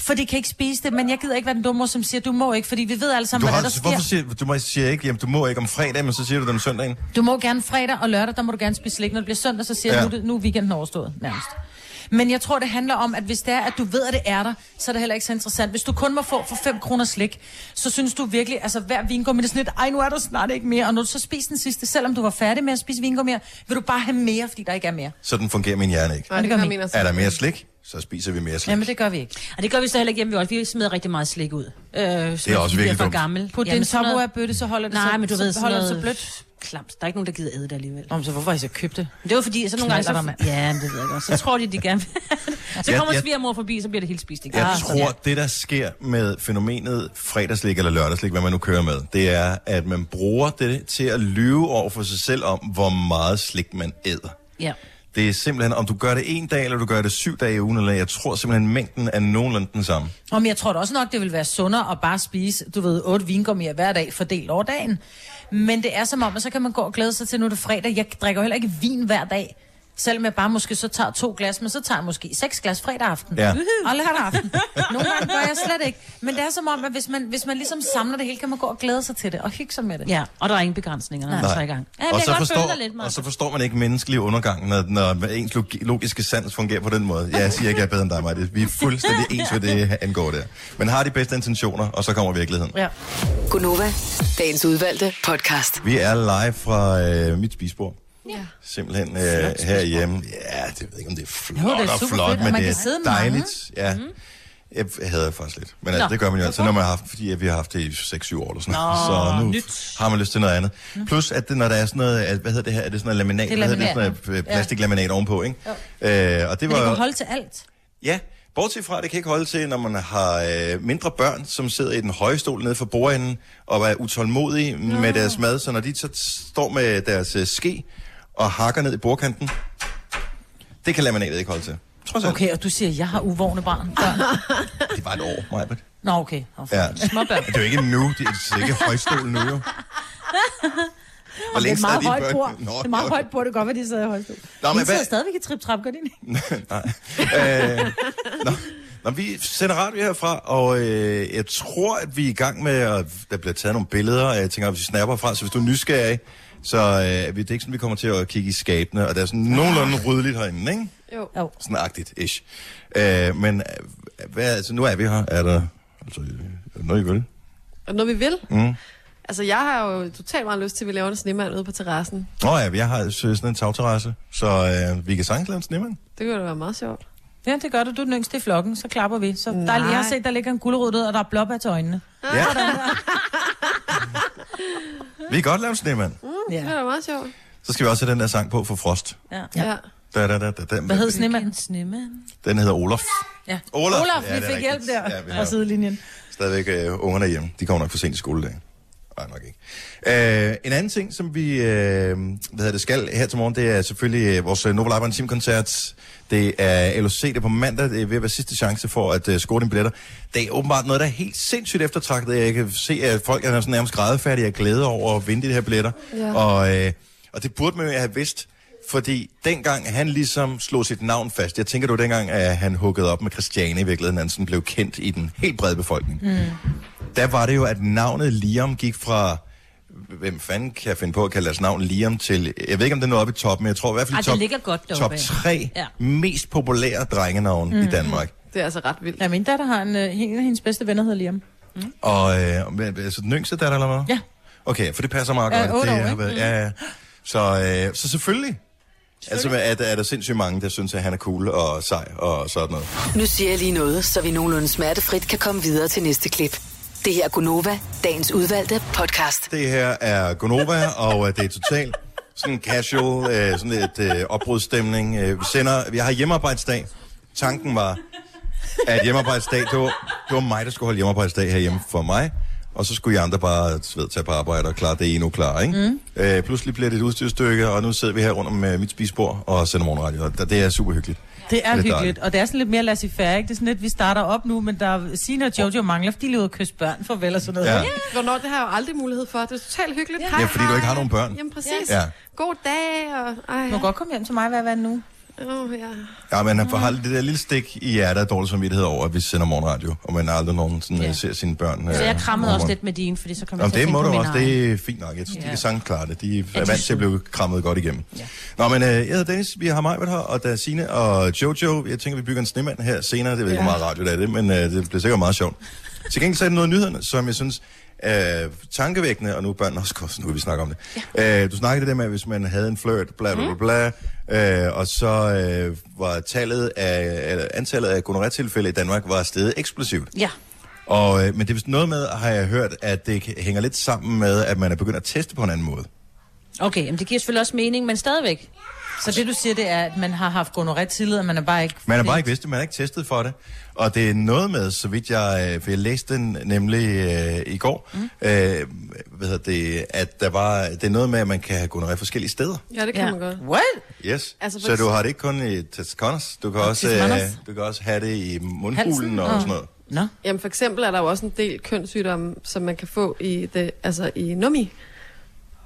for de kan ikke spise det, men jeg gider ikke være den dumme mor, som siger, du må ikke, fordi vi ved alle
Du
sammen,
har, altså-
hvad der sker.
hvorfor siger, du må, siger ikke, jamen, du må ikke om fredag, men så siger du det om søndagen?
Du må gerne fredag og lørdag, der må du gerne spise slik. Når det bliver søndag, så siger
Ja.
ja. du, nu, nu er weekenden overstået nærmest. Men jeg tror, det handler om, at hvis det er, at du ved, at det er der, så er det heller ikke så interessant. Hvis du kun må få for 5 kroner slik, så synes du virkelig, altså hver vingummi, det er sådan lidt, ej, nu er der snart ikke mere, og når du så spiser den sidste, selvom du var færdig med at spise vingummier, vil du bare have mere, fordi der ikke er mere.
Sådan fungerer min hjerne ikke.
Nej, det
gør
gør
vi.
min også.
Er der mere slik, så spiser vi mere slik.
Jamen, det gør vi ikke.
Og det gør vi så heller ikke hjemme, vi, også. vi smider rigtig meget slik ud. Øh, det
også virkelig dumt.
for gammel.
Put det i en
Jamen, sådan noget-
top bøtte, så holder det
Nej,
så,
men du
så,
ved,
så
sådan
holder
noget
det så blødt.
klams. Der er ikke nogen, der gider æde det alligevel.
Om, så hvorfor har I så købt det?
Det var fordi, så nogle gange... Så,
Knalder der, mand.
ja, men det ved jeg godt. Så tror de, de
(laughs)
gerne vil. så
Ja,
kommer
ja.
svigermor forbi, så bliver det helt spist igen.
Jeg
Ah,
ah,
så
tror, det der sker med fænomenet fredagslik eller lørdagslik, hvad man nu kører med, det er, at man bruger det til at lyve over for sig selv om, hvor meget slik man æder.
Ja.
Det er simpelthen, om du gør det en dag, eller du gør det syv dage i ugen, eller jeg tror simpelthen, mængden er nogenlunde den samme.
Nå, men jeg tror da også nok, det vil være sundere at bare spise, du ved, otte vingummier hver dag fordelt over dagen. Men det er som om, at så kan man gå og glæde sig til, nu er det fredag. Jeg drikker jo heller ikke vin hver dag. Selvom jeg bare måske så tager to glas, men så tager jeg måske seks glas fredag aften.
Ja.
Og lørdag aften. Nogle gange gør jeg slet ikke. Men det er som om, at hvis man, hvis man ligesom samler det hele, kan man gå og glæde sig til det og hygge sig med det.
Ja, og der er ingen begrænsninger, når man så er i gang. Ja,
og,
jeg
så
kan godt føle
forstår,
dig lidt, Mark.
og så forstår man ikke menneskelig undergang, når, når ens log- logiske sans fungerer på den måde. Jeg siger ikke, jeg er bedre end dig, Maja. Vi er fuldstændig ens, hvad det angår der. Man har de bedste intentioner, og så kommer virkeligheden.
Ja.
Gunova, dagens udvalgte podcast.
Vi er live fra øh, mit spisbord.
Ja.
Simpelthen øh, herhjemme. Ja, det ved jeg ikke, om det er flot
Jo, det er
og
super
flot,
fedt, og
men
man
det
kan
er
sidde mange. Mhm.
dejligt. Ja. Mm. Jeg hader det faktisk lidt. Men altså,
Nå,
det gør man jo altid, når man har haft, fordi at vi har haft det i 6-7 år eller sådan noget. Så nu har man lyst til noget andet. Plus, at det, når der er sådan noget, at, hvad hedder det her, er det sådan noget laminat?
Mhm. Det er
Hvad hedder det,
laminat,
sådan noget øh, plastiklaminat ovenpå, ikke? Øh, og det
Men
var
det
jo-
kan holde til alt.
Ja, bortset fra, at det kan ikke holde til, når man har øh, mindre børn, som sidder i den høje stol nede for bordenden og er utålmodige Nå. med deres mad. Så når de så t- står med deres øh, ske og hakker ned i bordkanten, det kan laminatet ikke holde til. Trods alt, okay.
Okay, og du siger, at jeg har uvågne barn. børn.
det var et år, Majbert.
Nå, okay. Oh,
Ja.
Småbørn.
Det er jo ikke nu, det er ikke højstolen nu jo. Hvor
Det er et
sad
meget
dine
højt
børn-
bord. Det er meget
okay.
højt bord. Det kan godt være, de sidder i højstol.
Nå, men
De sidder
hvad-
stadigvæk i trip-trap, gør de
(laughs)
ikke?
Øh, Nå, nå, vi sender radio herfra, og øh, jeg tror, at vi er i gang med, at der bliver taget nogle billeder, og jeg tænker, at vi snapper fra, så hvis du er nysgerrig, så øh, vi- det er ikke sådan, vi kommer til at kigge i skabene, og der er sådan nogenlunde ryddeligt herinde, ikke?
Jo.
Jo.
Sådan agtigt, ish. Øh, men øh, hvad, altså, nu er vi her. Er der altså, øh, er der noget, I vil?
Og når vi vil.
Mm.
Altså, jeg har jo totalt meget lyst til, at vi laver en snemand ude på terrassen.
Nå ja, jeg har øh, sådan en tagterrasse, så øh, vi kan sagtens lave en snemand.
Det kunne da være meget sjovt.
Ja, det gør du. Du er den yngste i flokken, så klapper vi. Så der,
Nej.
jeg har set, der ligger en gulerod ud, og der er blåbær til øjnene.
Ja. vi kan godt lave en snemand.
Hmm, Det kunne da være meget sjovt.
Så skal vi også have den der sang på for Frost.
Ja. ja.
Da, da, da, da, da.
Hvad hed snemanden?
Snemand.
Den hedder Olof.
Ja.
Olaf.
Olaf,
Ja,
vi
det er
fik hjælp
rigtigt. Ja, vi
der
har-
fra sidelinjen.
Stadigvæk øh, ungerne er hjemme. De kommer nok for sent i skoledagen. Nej, nok ikke. Øh, en anden ting, som vi øh, hvad hedder det, skal her til morgen, det er selvfølgelig øh, vores øh, Novo Laban Team koncert. Det er LOC, det er på mandag. Det er ved at være sidste chance for at øh, score dine billetter. Det er åbenbart noget, der er helt sindssygt eftertragtet. Jeg kan se, at folk er sådan nærmest grædefærdige af glæde over at vinde de her billetter.
Ja.
Og, øh, og det burde man jo have vidst, fordi dengang han ligesom slog sit navn fast, jeg tænker du dengang, at han huggede op med Christiane i virkeligheden, han sådan blev kendt i den helt brede befolkning. Mm der var det jo, at navnet Liam gik fra... Hvem fanden kan finde på at kalde deres navn Liam til... Jeg ved ikke, om det nåede op i toppen, men jeg tror i hvert fald
Ej,
i
det
top,
ligger godt deroppe
top
af.
3
Ja. Mhm.
ja. mest populære drengenavn mm. i Danmark.
Det er altså ret vildt.
Ja, min datter har en, øh, en af hendes bedste venner, hedder Liam.
Og øh, men, altså, den yngste datter, eller hvad?
Ja.
Okay, for det passer meget
Ja,
godt.
otte år,
det har
ikke?
været,
Mhm.
ja, ja. Så, øh, så selvfølgelig. Altså, er, der- er der sindssygt mange, der synes, at han er cool og sej og sådan noget.
Nu siger jeg lige noget, så vi nogenlunde smertefrit kan komme videre til næste klip. Det her er Gunova, dagens udvalgte podcast.
Det her er Gonova, og øh, det er totalt sådan casual, øh, sådan lidt øh, opbrudsstemning. Øh, vi sender, vi har hjemmearbejdsdag. Tanken var, at hjemmearbejdsdag, det var, det var mig, der skulle holde hjemmearbejdsdag herhjemme for mig. Og så skulle I andre bare du ved, tage på arbejde og klare det, I nu klarer, ikke? Mm. Øh, pludselig bliver det et udstyrstykke, og nu sidder vi her rundt om øh, mit spisbord og sender morgenradio. Og det- det er super hyggeligt.
Det er
dejligt.
hyggeligt, og det er sådan lidt mere laissez-faire, ikke? Det er sådan lidt, vi starter op nu, men der er Sina og Jojo mangler, fordi de lever kysse børn, farvel og sådan noget.
Ja.
ikke?
Hvornår, det har jeg jo aldrig mulighed for. Det er totalt hyggeligt. Ja,
fordi du ikke har nogen børn.
Jamen præcis.
Ja.
Ja. God dag. Og, ej,
Du må godt komme hjem til mig hver, hver nu.
Åh, ja.
Ja, men
Mm.
han får aldrig det der lille stik i hjertet af dårlig samvittighed over, at vi sender morgenradio, og man aldrig nogensinde
Ja.
ja. ser sine børn.
Så
øh,
jeg krammede også
morgen.
lidt med din, fordi så kom jeg
Jamen,
til
det
at tænke
må
på
du
min
også.
egen.
Det er fint nok. Jeg synes,
Ja.
de kan sagtens klare det. De er,
de er
vant til at blive krammet godt igennem. Ja. Nå, men øh, jeg hedder Dennis, vi har mig her, og der er Signe og Jojo. Jeg tænker, vi bygger en snemand her senere. Det ved jeg ikke, hvor meget radio der er det, men øh, det bliver sikkert meget sjovt. Til gengæld så er det noget af nyhederne, som jeg synes er tankevækkende, og nu er børnene også godt, nu vil vi snakke om det. Ja. Øh, du snakkede det der med, at hvis man havde en flirt, bla bla
Mhm.
bla, bla øh, og så øh, var tallet af, eller antallet af gonorrhea-tilfælde i Danmark var steget eksplosivt.
Ja.
Og, øh, men det er vist noget med, har jeg hørt, at det k- hænger lidt sammen med, at man er begyndt at teste på en anden måde.
Okay, jamen det giver selvfølgelig også mening, men stadigvæk.
Så det, du siger, det er, at man har haft gonoré tidligere, man er bare ikke...
Man har bare ikke vidst det, man har ikke testet for det. Og det er noget med, så vidt jeg, øh, for jeg læste den nemlig øh, i går, mm. øh, hvad hedder det, at der var, det er noget med, at man kan have gonoré forskellige steder.
ja, det kan ja. man godt.
What?
Yes.
Altså,
Altså,
for
så du
eksempel-
har det ikke kun i testikonders, du kan, også,
testikonders?
øh, du kan også have det i
Halsen
mundhulen og
og-
sådan noget.
Nå,
Jamen for eksempel er der jo også en del kønssygdomme, som man kan få i, det, altså i nummi.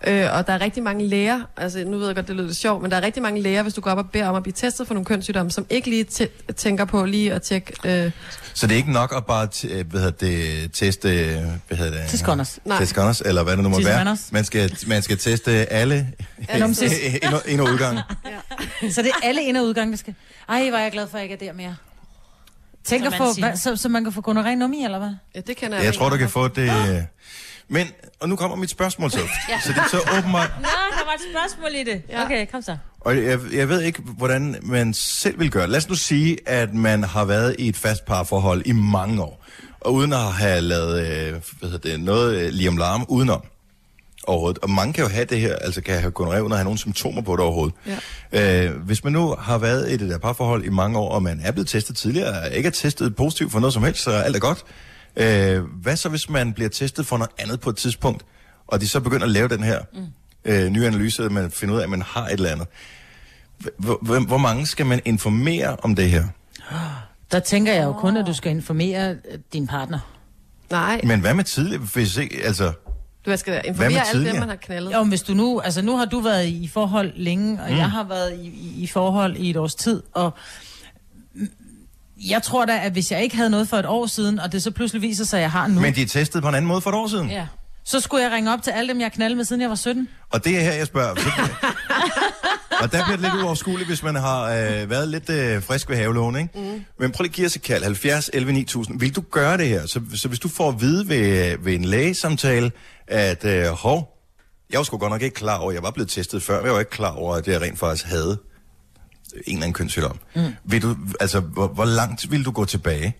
Øh, og der er rigtig mange læger, altså nu ved jeg godt, det lyder lidt sjovt, men der er rigtig mange læger, hvis du går op og beder om at blive testet for nogle kønssygdomme, som ikke lige tæ- tænker på lige at tjekke... Øh,
Så det er ikke nok at bare t- øh, hvad hedder det, teste... øh, Hvad hedder det?
Tisconners.
Nej.
Tisconners, eller hvad det nu må være.
Tissemanders.
Man skal, man skal teste alle (laughs)
Numses.
en, en udgang.
(laughs) så det er alle ind- og udgange, der skal... Ej, hvor er jeg glad for, at jeg ikke er der mere. Tænk
Som
at
man
få...
siger.
Hvad, så, så man kan få gonoré nummi, eller hvad?
ja, det kender
Jeg
jeg. rigtig
tror, du
godt.
kan få det... øh, Men, og nu kommer mit spørgsmål så. Så det er så åbenbart...
Nå, der var et spørgsmål i det.
Ja.
Okay, kom så.
Og jeg, jeg ved ikke, hvordan man selv vil gøre det. Lad os nu sige, at man har været i et fast parforhold i mange år, og uden at have lavet øh, hvad hedder det, noget øh, liam larm udenom overhovedet. Og mange kan jo have det her, altså kan have gonoré uden at have nogle symptomer på det overhovedet. Ja. Øh, hvis man nu har været i det der parforhold i mange år, og man er blevet testet tidligere, og ikke er testet positivt for noget som helst, så alt er godt. Øh, hvad så, hvis man bliver testet for noget andet på et tidspunkt, og de så begynder at lave den her mm. øh, nye analyse, at man finder ud af, at man har et eller andet. Hvor, hvor, hvor mange skal man informere om det her?
Der tænker jeg jo kun, at du skal informere øh, din partner.
Nej,
Men hvad med tidligere? Hvis ikke, altså,
du skal
Hvad med
informere alle dem,
tidligere?
man har knaldet.
Jo, men hvis du nu, altså nu har du været i forhold længe, og mm. jeg har været i, i, i forhold i et års tid, og mm, jeg tror da, at hvis jeg ikke havde noget for et år siden, og det så pludselig viser sig, at jeg har nu,
men de er testet på en anden måde for et år siden. Ja.
ja, så skulle jeg ringe op til alle dem, jeg knaldede med, siden jeg var 17.
Og det er her, jeg spørger. Så- og der bliver det lidt uoverskueligt, hvis man har øh, været lidt øh, frisk ved havelån, ikke? Mm. Men prøv lige at give os et kald. 70 11 9000. Vil du gøre det her? Så, så hvis du får at vide ved, øh, ved en lægesamtale, at øh, hov, jeg var sgu godt nok ikke klar over, jeg var blevet testet før, men jeg var ikke klar over, at jeg rent faktisk havde en eller anden kønssygdom. Mm. Vil du, altså, hvor, hvor langt vil du gå tilbage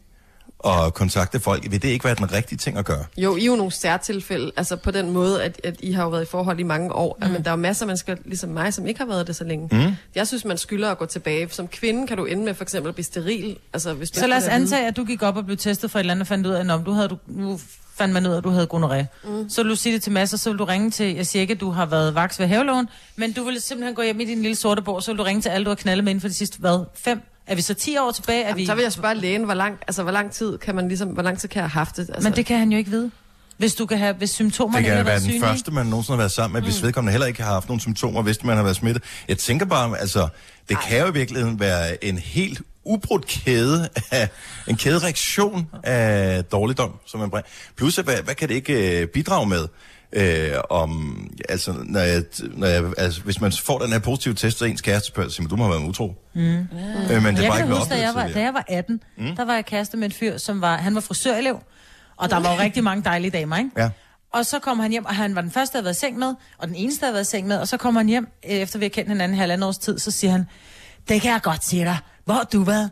og kontakte folk? Vil det ikke være den rigtige ting at gøre?
Jo, I er jo nogle særtilfælde, altså på den måde, at, at I har jo været i forhold i mange år, mm. men der er jo masser af mennesker, ligesom mig, som ikke har været det så længe. Mm. Jeg synes, man skylder at gå tilbage. Som kvinde kan du ende med for eksempel at blive steril. Altså, hvis
Så lad os antage, at du gik op og blev testet for et eller andet, og fandt ud af, at du havde, du, nu fandt man ud af, at du havde gonoré. Mm. Så vil du sige det til masser, så vil du ringe til, jeg siger ikke, at du har været vaks ved havelån, men du ville simpelthen gå hjem i din lille sorte bog, så vil du ringe til alle, du har knaldet med inden for de sidste, hvad, fem? Er vi så 10 år tilbage? Er vi...
Jamen, så vil jeg spørge lægen, hvor lang, altså, hvor lang tid kan man ligesom, hvor lang tid kan jeg have haft det? Altså,
Men det kan han jo ikke vide. Hvis du kan have, hvis symptomerne
Det kan jo
ikke
være
har
Mm.
været
den
synlige.
første, man nogensinde har været sammen med, hvis vedkommende heller ikke har haft nogen symptomer, hvis man har været smittet. Jeg tænker bare, altså, det Ej. kan jo i virkeligheden være en helt ubrudt kæde af, en kædereaktion af dårligdom, som man bringer. Plus, at hvad, hvad kan det ikke øh, bidrage med? Øh, om, altså, når jeg, når jeg, altså, hvis man får den her positive test, så ens kæreste spørger, siger, man, du må have været utro. Mm. Øh, men det er
jeg
bare
kan
ikke
da
været
huske, da jeg, var,
oplevet
da jeg var 18, mm. der var jeg kæreste med en fyr, som var, han var frisørelev, og der var jo rigtig mange dejlige damer, ikke?
Ja.
Og så kom han hjem, og han var den første, der havde været i seng med, og den eneste, der havde været i seng med, og så kommer han hjem, øh, efter vi har kendt hinanden i halvandet års tid, så siger han, det kan jeg godt sige dig, hvor har du været?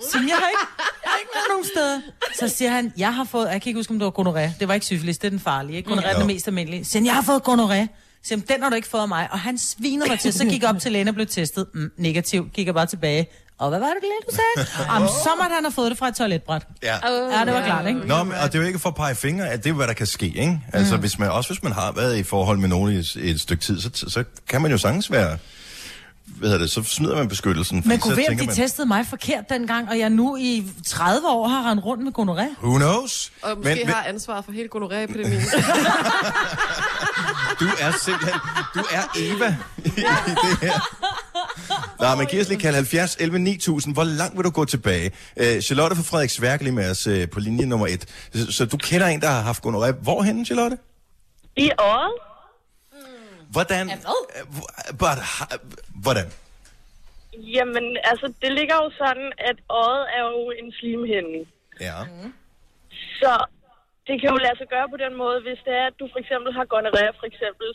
Så jeg har ikke, jeg har ikke været nogen steder. Så siger han, jeg har fået, jeg kan ikke huske, om det var gonoré, det var ikke syfilis, det er den farlige, ikke? Gonoré er den
Jo.
mest almindelige. Så siger han, jeg har fået gonoré. Så siger han, den har du ikke fået af mig, og han sviner mig til, så gik jeg op til lægen og blev testet. Mm, negativ, gik jeg bare tilbage. Og hvad var det, det du sagde? Jamen, så måtte han have fået det fra et toiletbræt.
Ja.
Ja, det var klart, ikke?
Nå, men, og det er jo ikke for at pege fingre, at det er hvad der kan ske, ikke? Altså, mm. hvis man, også hvis man har været i forhold med nogen i et, et stykke tid, så, så kan man jo sagtens være, hvad hedder det, så smider man beskyttelsen. fordi
Men kunne
så
være, om
tænker
de
man,
testede mig forkert dengang, og jeg nu i 30 år har rendt rundt med gonoré?
Who knows?
Og måske
men,
men,
men
har ansvaret for hele gonorrhea-epidemien. (laughs)
du er simpelthen, du er Eva i, i det her. Nej, man giver os lige kald 70 11 9000. Hvor langt vil du gå tilbage? Øh, Charlotte fra Frederiksværk er lige med os øh, på linje nummer et. Så, så du kender en, der har haft gonoré. Hvorhenne, Charlotte?
I år?
Hvordan? Øh, hvor- hvor- har- Hvordan?
Jamen, altså, det ligger jo sådan, at øjet er jo en slimhinde.
Ja.
Så det kan jo lade sig gøre på den måde, hvis det er, at du for eksempel har gonorrhea, for eksempel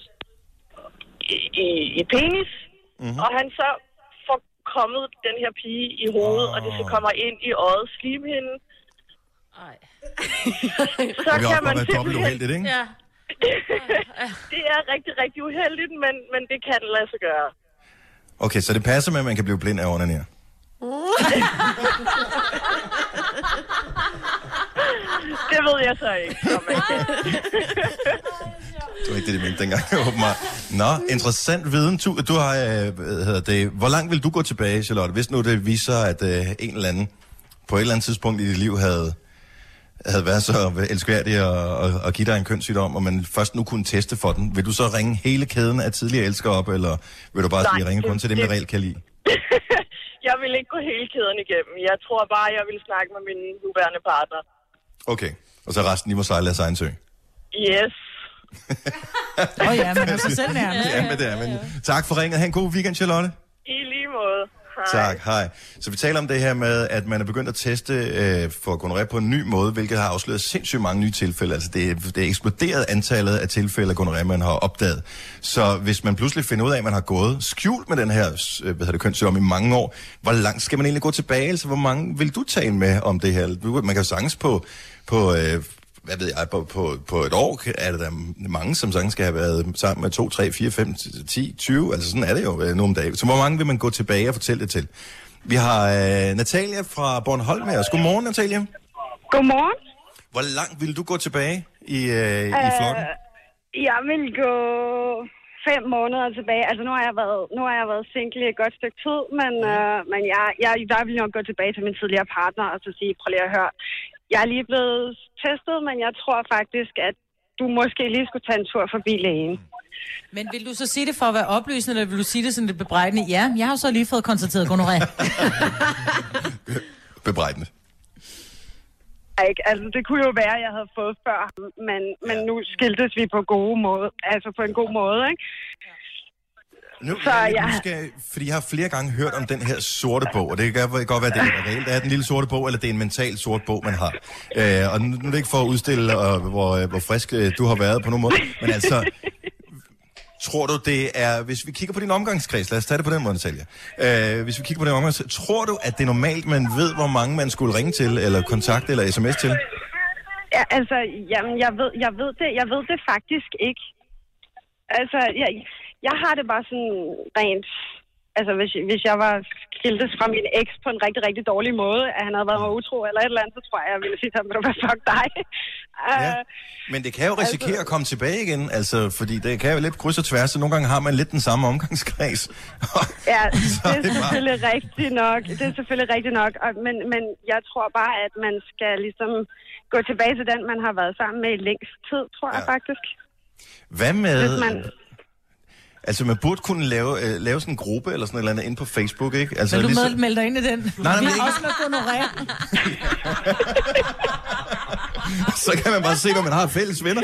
i, i, i penis,
Mhm.
mm-hmm. og han så får kommet den her pige i hovedet, oh. og det så kommer ind i øjet slimhinden. så
Det kan
kan
også godt
man
være dobbelt
simpelthen...
uheldigt,
(laughs)
ikke?
Ja.
Det er rigtig, rigtig uheldigt, men, men det kan lade sig gøre.
Okay, så det passer med, at man kan blive blind af onanere.
(laughs) Det ved jeg så ikke. om man kan.
Det var ikke det, de mente dengang, (laughs) åbenbart. Nå, interessant viden. Du, du har, øh, hvad hedder det, hvor langt vil du gå tilbage, Charlotte, hvis nu det viser, at øh, en eller anden på et eller andet tidspunkt i dit liv havde, havde været så elskværdig og, og, og give dig en kønssygdom, og man først nu kunne teste for den. Vil du så ringe hele kæden af tidligere elskere op, eller vil du bare
Nej,
sige, ringe
det-
kun til dem, jeg
det-
reelt kan lide?
(laughs) jeg vil ikke gå hele kæden igennem. Jeg tror bare, jeg vil snakke med min nuværende partner.
Okay, og så resten, I må sejle af egen sø.
Yes.
Åh oh, ja, man er sig selv nærmest.
(laughs) Ja, men det er, men tak for ringet. Ha' en god weekend, Charlotte.
I lige måde. Hej.
Tak, hej. Så vi taler om det her med, at man er begyndt at teste øh, for gonorré på en ny måde, hvilket har afsløret sindssygt mange nye tilfælde. Altså det, er- det er eksploderet antallet af tilfælde af gonorré, man har opdaget. Så hvis man pludselig finder ud af, at man har gået skjult med den her øh, hvad hedder det, kønssygdom i mange år, hvor langt skal man egentlig gå tilbage? Altså hvor mange vil du tale med om det her? Du- Man kan jo sagtens på, på øh, hvad ved jeg, på, på, på et år er der mange, som sagtens skal have været sammen med 2, 3, 4, 5, 10, 20. Altså sådan er det jo øh, nogle dage. Så hvor mange vil man gå tilbage og fortælle det til? Vi har øh, Natalia fra Bornholm med os. Godmorgen, Natalia.
Godmorgen.
Hvor langt vil du gå tilbage i, øh, i flokken?
Jeg vil gå fem måneder tilbage. Altså, nu har jeg været, nu har jeg været single i et godt stykke tid, men, øh, men jeg, jeg, der vil nok gå tilbage til min tidligere partner og så sige, prøv lige at høre, jeg er lige blevet testet, men jeg tror faktisk, at du måske lige skulle tage en tur forbi lægen.
Men vil du så sige det for at være oplysende, eller vil du sige det sådan lidt bebrejdende? Ja, jeg har jo så lige fået konstateret gonoré.
Bebrejdende.
Ikke? Altså, det kunne jo være, at jeg havde fået før, men, men nu skiltes vi på gode måde, altså på en god måde, ikke?
Nu,
Så
så, jeg,
jeg-
jeg... Skal, fordi jeg har flere gange hørt om den her sorte bog, og det kan godt være, at det er reelt er den lille sorte bog, eller det er en mental sort bog, man har. Øh, og nu, nu er det ikke for at udstille, og, hvor, øh, hvor frisk øh, du har været på nogen måde, men (laughs) altså, tror du det er, hvis vi kigger på din omgangskreds, lad os tage det på den måde, Natalia. Øh, hvis vi kigger på din omgangskreds, tror du, at det er normalt, man ved, hvor mange man skulle ringe til, eller kontakte, eller sms til?
Ja, altså, jamen, jeg ved, jeg ved det, jeg ved det faktisk ikke. Altså, jeg, jeg har det bare sådan rent... Altså, hvis, hvis jeg var skiltes fra min eks på en rigtig, rigtig dårlig måde, at han havde været mig utro eller et eller andet, så tror jeg, jeg ville sige til ham, "Ved du hvad fuck dig. Øh,
Ja.
Ja.
Men det kan jo risikere altså, at komme tilbage igen, altså, fordi det kan jo lidt kryds og tværs, så nogle gange har man lidt den samme omgangskreds.
Ja,
(laughs) Så er
det er
det bare-
selvfølgelig rigtigt nok. Det er selvfølgelig rigtigt nok. Og, men, men jeg tror bare, at man skal ligesom gå tilbage til den, man har været sammen med i længst tid, tror jeg
Ja.
faktisk.
Hvad
Hvis
med...
man,
Altså, man burde kunne lave, øh, lave sådan en gruppe eller sådan et eller andet inde på Facebook, ikke? Altså,
Vil du med,
ligesom,
melde dig ind i den?
nej,
vi
men
har
ikke-
også med gonoré.
(laughs) så kan man bare se, hvad man har af fælles venner.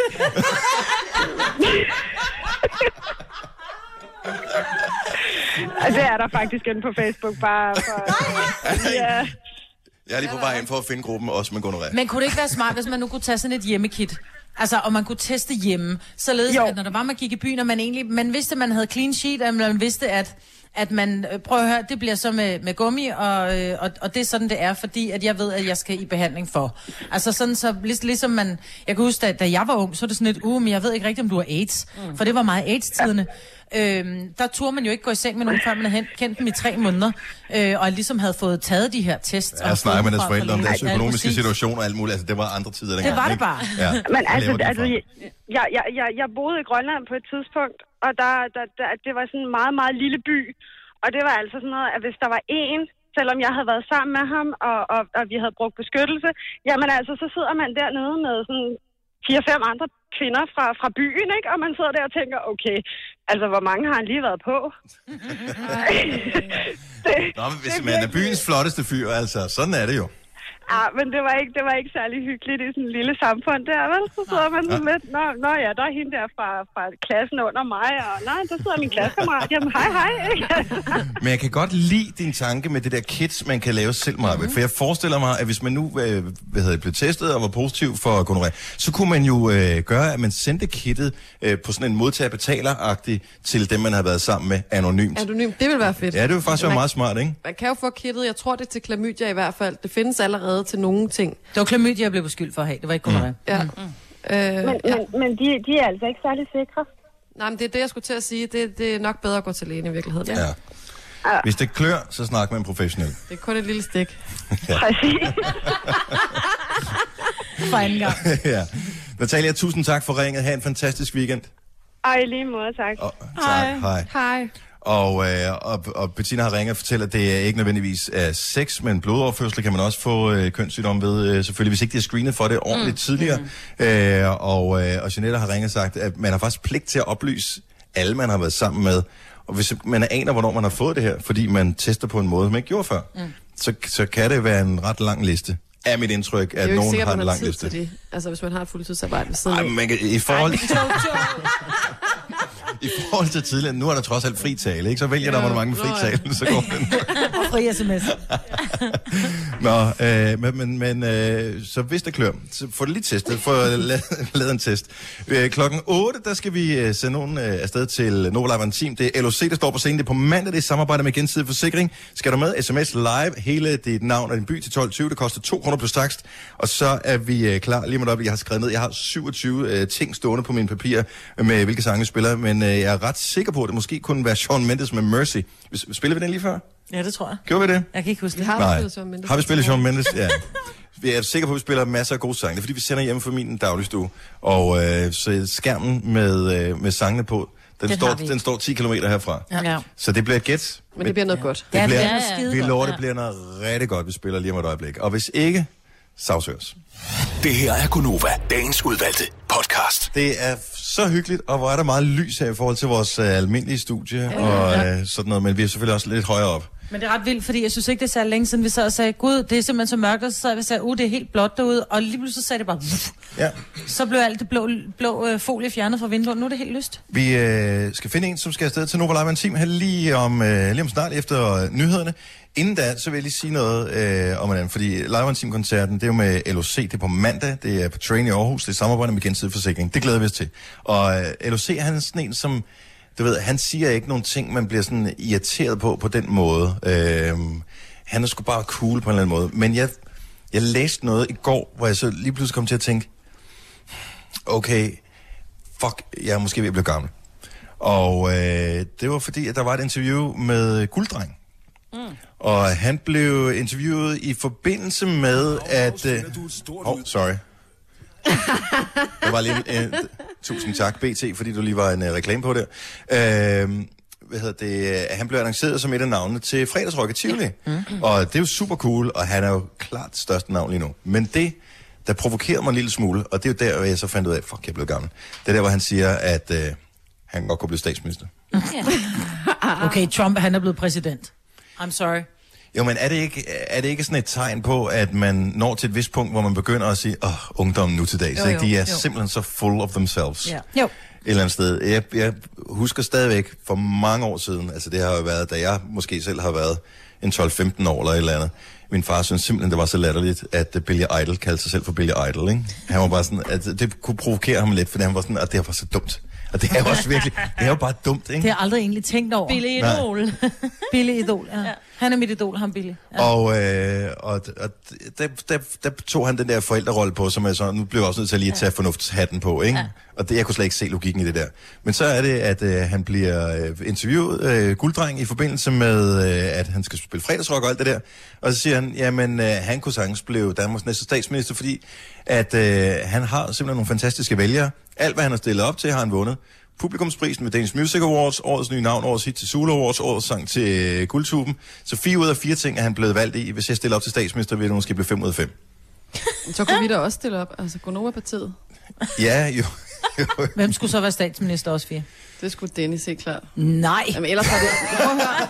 og det er der faktisk inde på Facebook, bare for... (laughs)
(laughs)
ja.
Jeg er lige på vej ind for at finde gruppen også med gonoré.
Men kunne det ikke være smart, hvis man nu kunne tage sådan et hjemmekit? Altså, og man kunne teste hjemme, således
Jo.
jo. at når der var, man gik i byen, og man egentlig, man vidste, at man havde clean sheet, og man vidste, at, at man, øh, prøv at høre, det bliver så med, med gummi, og, øh, og, og det er sådan, det er, fordi at jeg ved, at jeg skal i behandling for. Altså sådan, så lig- ligesom man, jeg kan huske, da, da jeg var ung, så var det sådan lidt, uh, men jeg ved ikke rigtigt, om du har AIDS, mm. for det var meget AIDS-tiderne. Øhm, der turde man jo ikke gå i seng med nogen, før man havde hen- kendt dem i tre måneder, øh, og ligesom havde fået taget de her tests.
Jeg snakker med deres forældre om deres økonomiske
situation.
situation og alt muligt. Altså, det var andre tider dengang.
Det var det
ikke?
bare.
Ja.
Men
Hvad
altså,
laver de
altså
for?
jeg, jeg, jeg, jeg, jeg boede i Grønland på et tidspunkt, og der, der, der, det var sådan en meget, meget lille by. Og det var altså sådan noget, at hvis der var en, selvom jeg havde været sammen med ham, og, og, og vi havde brugt beskyttelse, jamen altså, så sidder man dernede med sådan fire-fem andre kvinder fra, fra byen, ikke? Og man sidder der og tænker, okay, altså hvor mange har han lige været på? det,
Nå, men hvis man er byens flotteste fyr, altså, sådan er det jo.
ah, men det var, ikke, det var ikke særlig hyggeligt i sådan et lille samfund der, vel? Så sidder man sådan lidt, nå, nå ja, der er hende der fra, fra klassen under mig, og nej, der sidder min klassekammerat, jamen hej hej, ikke?
Men jeg kan godt lide din tanke med det der kits, man kan lave selv, Maja. Mm-hmm. For jeg forestiller mig, at hvis man nu øh, hvad hedder, det, blev testet og var positiv for gonorrhea, så kunne man jo øh, gøre, at man sendte kittet øh, på sådan en modtager-betaler-agtig til dem, man har været sammen med anonymt.
Anonymt, det vil være fedt.
Ja, det ville faktisk være
Man-
meget smart, ikke?
Man kan jo få kittet, jeg tror det er til klamydia i hvert fald. Det findes allerede til nogle ting.
Det var klamydia, jeg blev beskyldt for at have. Det var ikke gonorrhea.
Ja. Mm. Øh,
Men, men, men de, de er altså ikke særlig sikre.
nej, men det er det, jeg skulle til at sige. Det, det er nok bedre at gå til lægen i virkeligheden.
Ja. Hvis det klør, så snak med en professionel.
Det er kun et lille stik. (laughs)
Præcis.
For anden gang.
(laughs) ja. Natalia, tusind tak for ringet. Ha' en fantastisk weekend.
Og i lige måde, tak.
Og, tak, hej.
Hej.
Og, øh, og, og Bettina har ringet og fortæller, at det er ikke nødvendigvis er sex, men blodoverførsel kan man også få øh, kønssygdom ved, øh, selvfølgelig, hvis ikke de har screenet for det ordentligt mm. tidligere. Mm. Øh, og, øh, og Jeanette har ringet og sagt, at man har faktisk pligt til at oplyse alle, man har været sammen med. Og hvis man aner, hvornår man har fået det her, fordi man tester på en måde, man ikke gjorde før, mm. så, så kan det være en ret lang liste. Er mit indtryk,
Det er
at
jo ikke
nogen
sikkert,
har
man
en
har
lang
tid
liste.
til det. Altså, hvis man har et fuldtidsarbejde ved siden
Ej,
af.
men man kan, i, forhold, i forhold til tidligere, nu er der trods alt fri tale, ikke? Så vælger der, hvor mange med
nå ja.
fri tale, så går den.
Og fri sms.
Nå, øh, men, men, men øh, så hvis det klør, så få det lige testet, få (laughs) la- lavet en test. Øh, klokken 8, der skal vi øh, sende nogen øh, afsted til Novo Live Team. Det er LOC, der står på scenen. Det er på mandag, det er i samarbejde med Gensidig Forsikring. Skal du med, sms live, hele dit navn og din by til 12.20. Det koster 2 kroner plus takst. Og så er vi øh, klar lige med op. Jeg har skrevet ned, jeg har 27 øh, ting stående på mine papirer med hvilke sange jeg spiller, men øh, jeg er ret sikker på, at det måske kunne være Sean Mendes med Mercy. Spiller vi den lige før?
Ja, det tror jeg.
Gjorde vi det?
Jeg kan ikke huske det.
Har vi
Nej.
spillet Shawn Mendes?
Har vi spillet Shawn Mendes? Ja. Vi er sikre på, at vi spiller masser af gode sange. Det er fordi, vi sender hjemme fra min dagligstue. Og øh, så skærmen med, øh, med sangene på, den,
Den
den, står,
har vi.
den står 10 km herfra. Ja.
Ja.
Så det bliver et gæt.
Men det bliver noget godt.
Ja,
det bliver,
det er skide
vi
godt,
lover,
ja.
det bliver noget rigtig godt, vi spiller lige om et øjeblik. Og hvis ikke, sagsøgers.
Det her er Gunova, dagens udvalgte podcast.
Det er så hyggeligt, og hvor er der meget lys her i forhold til vores øh, almindelige studie ja, og øh, sådan noget. Men vi er selvfølgelig også lidt højere op.
Men det er ret vildt, fordi jeg synes ikke, det er så længe siden, vi sad og sagde, gud, det er simpelthen så mørkt, og så sad vi og sagde, uh, det er helt blåt derude, og lige pludselig så sagde det bare, "Vuff."
Ja.
så blev alt det blå, blå øh, folie fjernet fra vinduet, nu er det helt lyst.
Vi øh, skal finde en, som skal afsted til Nova Live Team her lige om, øh, lige om snart efter øh, nyhederne. Inden da, så vil jeg lige sige noget øh, om en anden, fordi Live Team-koncerten, det er jo med LOC, det er på mandag, det er på Train i Aarhus, det er samarbejde med Gensidig Forsikring. Det glæder vi os til. Og øh, LOC, han er sådan en, som, du ved, han siger ikke nogen ting, man bliver sådan irriteret på på den måde. Øh, han er sgu bare cool på en eller anden måde. Men jeg, jeg læste noget i går, hvor jeg så lige pludselig kom til at tænke, okay, fuck, jeg er måske ved at blive gammel. Og øh, det var fordi, at der var et interview med Gulddreng. Mm. Og han blev interviewet i forbindelse med, at... Øh, oh, sorry. Der var lige en, øh, tusind tak, BT, fordi du lige var en øh, reklame på der. Øh, hvad hedder det? øh, Han blev annonceret som et af navnene til fredagsrock i Tivoli. Mm. Og det er jo super cool, og han er jo klart største navn lige nu. Men det, der provokerede mig en lille smule, og det er jo der, hvor jeg så fandt ud af, fuck, jeg blev gammel. Det er der, hvor han siger, at øh, han godt kunne blive statsminister.
(laughs) Okay, Trump, han er blevet præsident. I'm sorry.
Jo, men er det, ikke, er det ikke sådan et tegn på, at man når til et vist punkt, hvor man begynder at sige, åh, oh, ungdommen nu til dags,
Jo,
ikke? De
jo,
er
jo.
simpelthen så full of themselves.
Ja.
Jo.
Et eller andet sted. Jeg, jeg husker stadigvæk for mange år siden, altså det har jo været, da jeg måske selv har været en 12-15 år eller et eller andet. Min far synes simpelthen, det var så latterligt, at øh, Billy Idol kaldte sig selv for Billy Idol, ikke? Han var bare sådan, at det kunne provokere ham lidt, fordi han var sådan, at det her var så dumt. Og det er jo også virkelig, det er jo bare dumt, ikke?
Det har jeg aldrig egentlig tænkt over. Billy,
Billy
Nej.
Idol.
(laughs) Billy idol, ja. ja. Han er mit idol, ham Billy. Ja.
Og, øh, og, og der, der, der tog han den der forældrerolle på, som er så, nu blev jeg også nødt til at lige at tage fornuftshatten på, ikke? Ja. Og det, jeg kunne slet ikke se logikken i det der. Men så er det, at øh, han bliver øh, interviewet, øh, gulddreng, i forbindelse med, øh, at han skal spille fredagsrock og alt det der. Og så siger han, jamen, øh, han kunne sagtens blive Danmarks næste statsminister, fordi at øh, han har simpelthen nogle fantastiske vælgere. Alt, hvad han har stillet op til, har han vundet. Publikumsprisen ved Danish Music Awards, årets nye navn, årets hit til Sula Awards, årets sang til øh, Guldtuben. Så fire ud af fire ting er han blevet valgt i. Hvis jeg stiller op til statsminister, vil det måske blive fem ud af fem.
Så kunne vi da også stille op. Altså, Gonova-partiet.
Ja,
(laughs)
jo.
Hvem skulle så være statsminister også, Fie?
Det skulle Dennis helt klart.
Nej.
Jamen, ellers var det... Prøv at høre.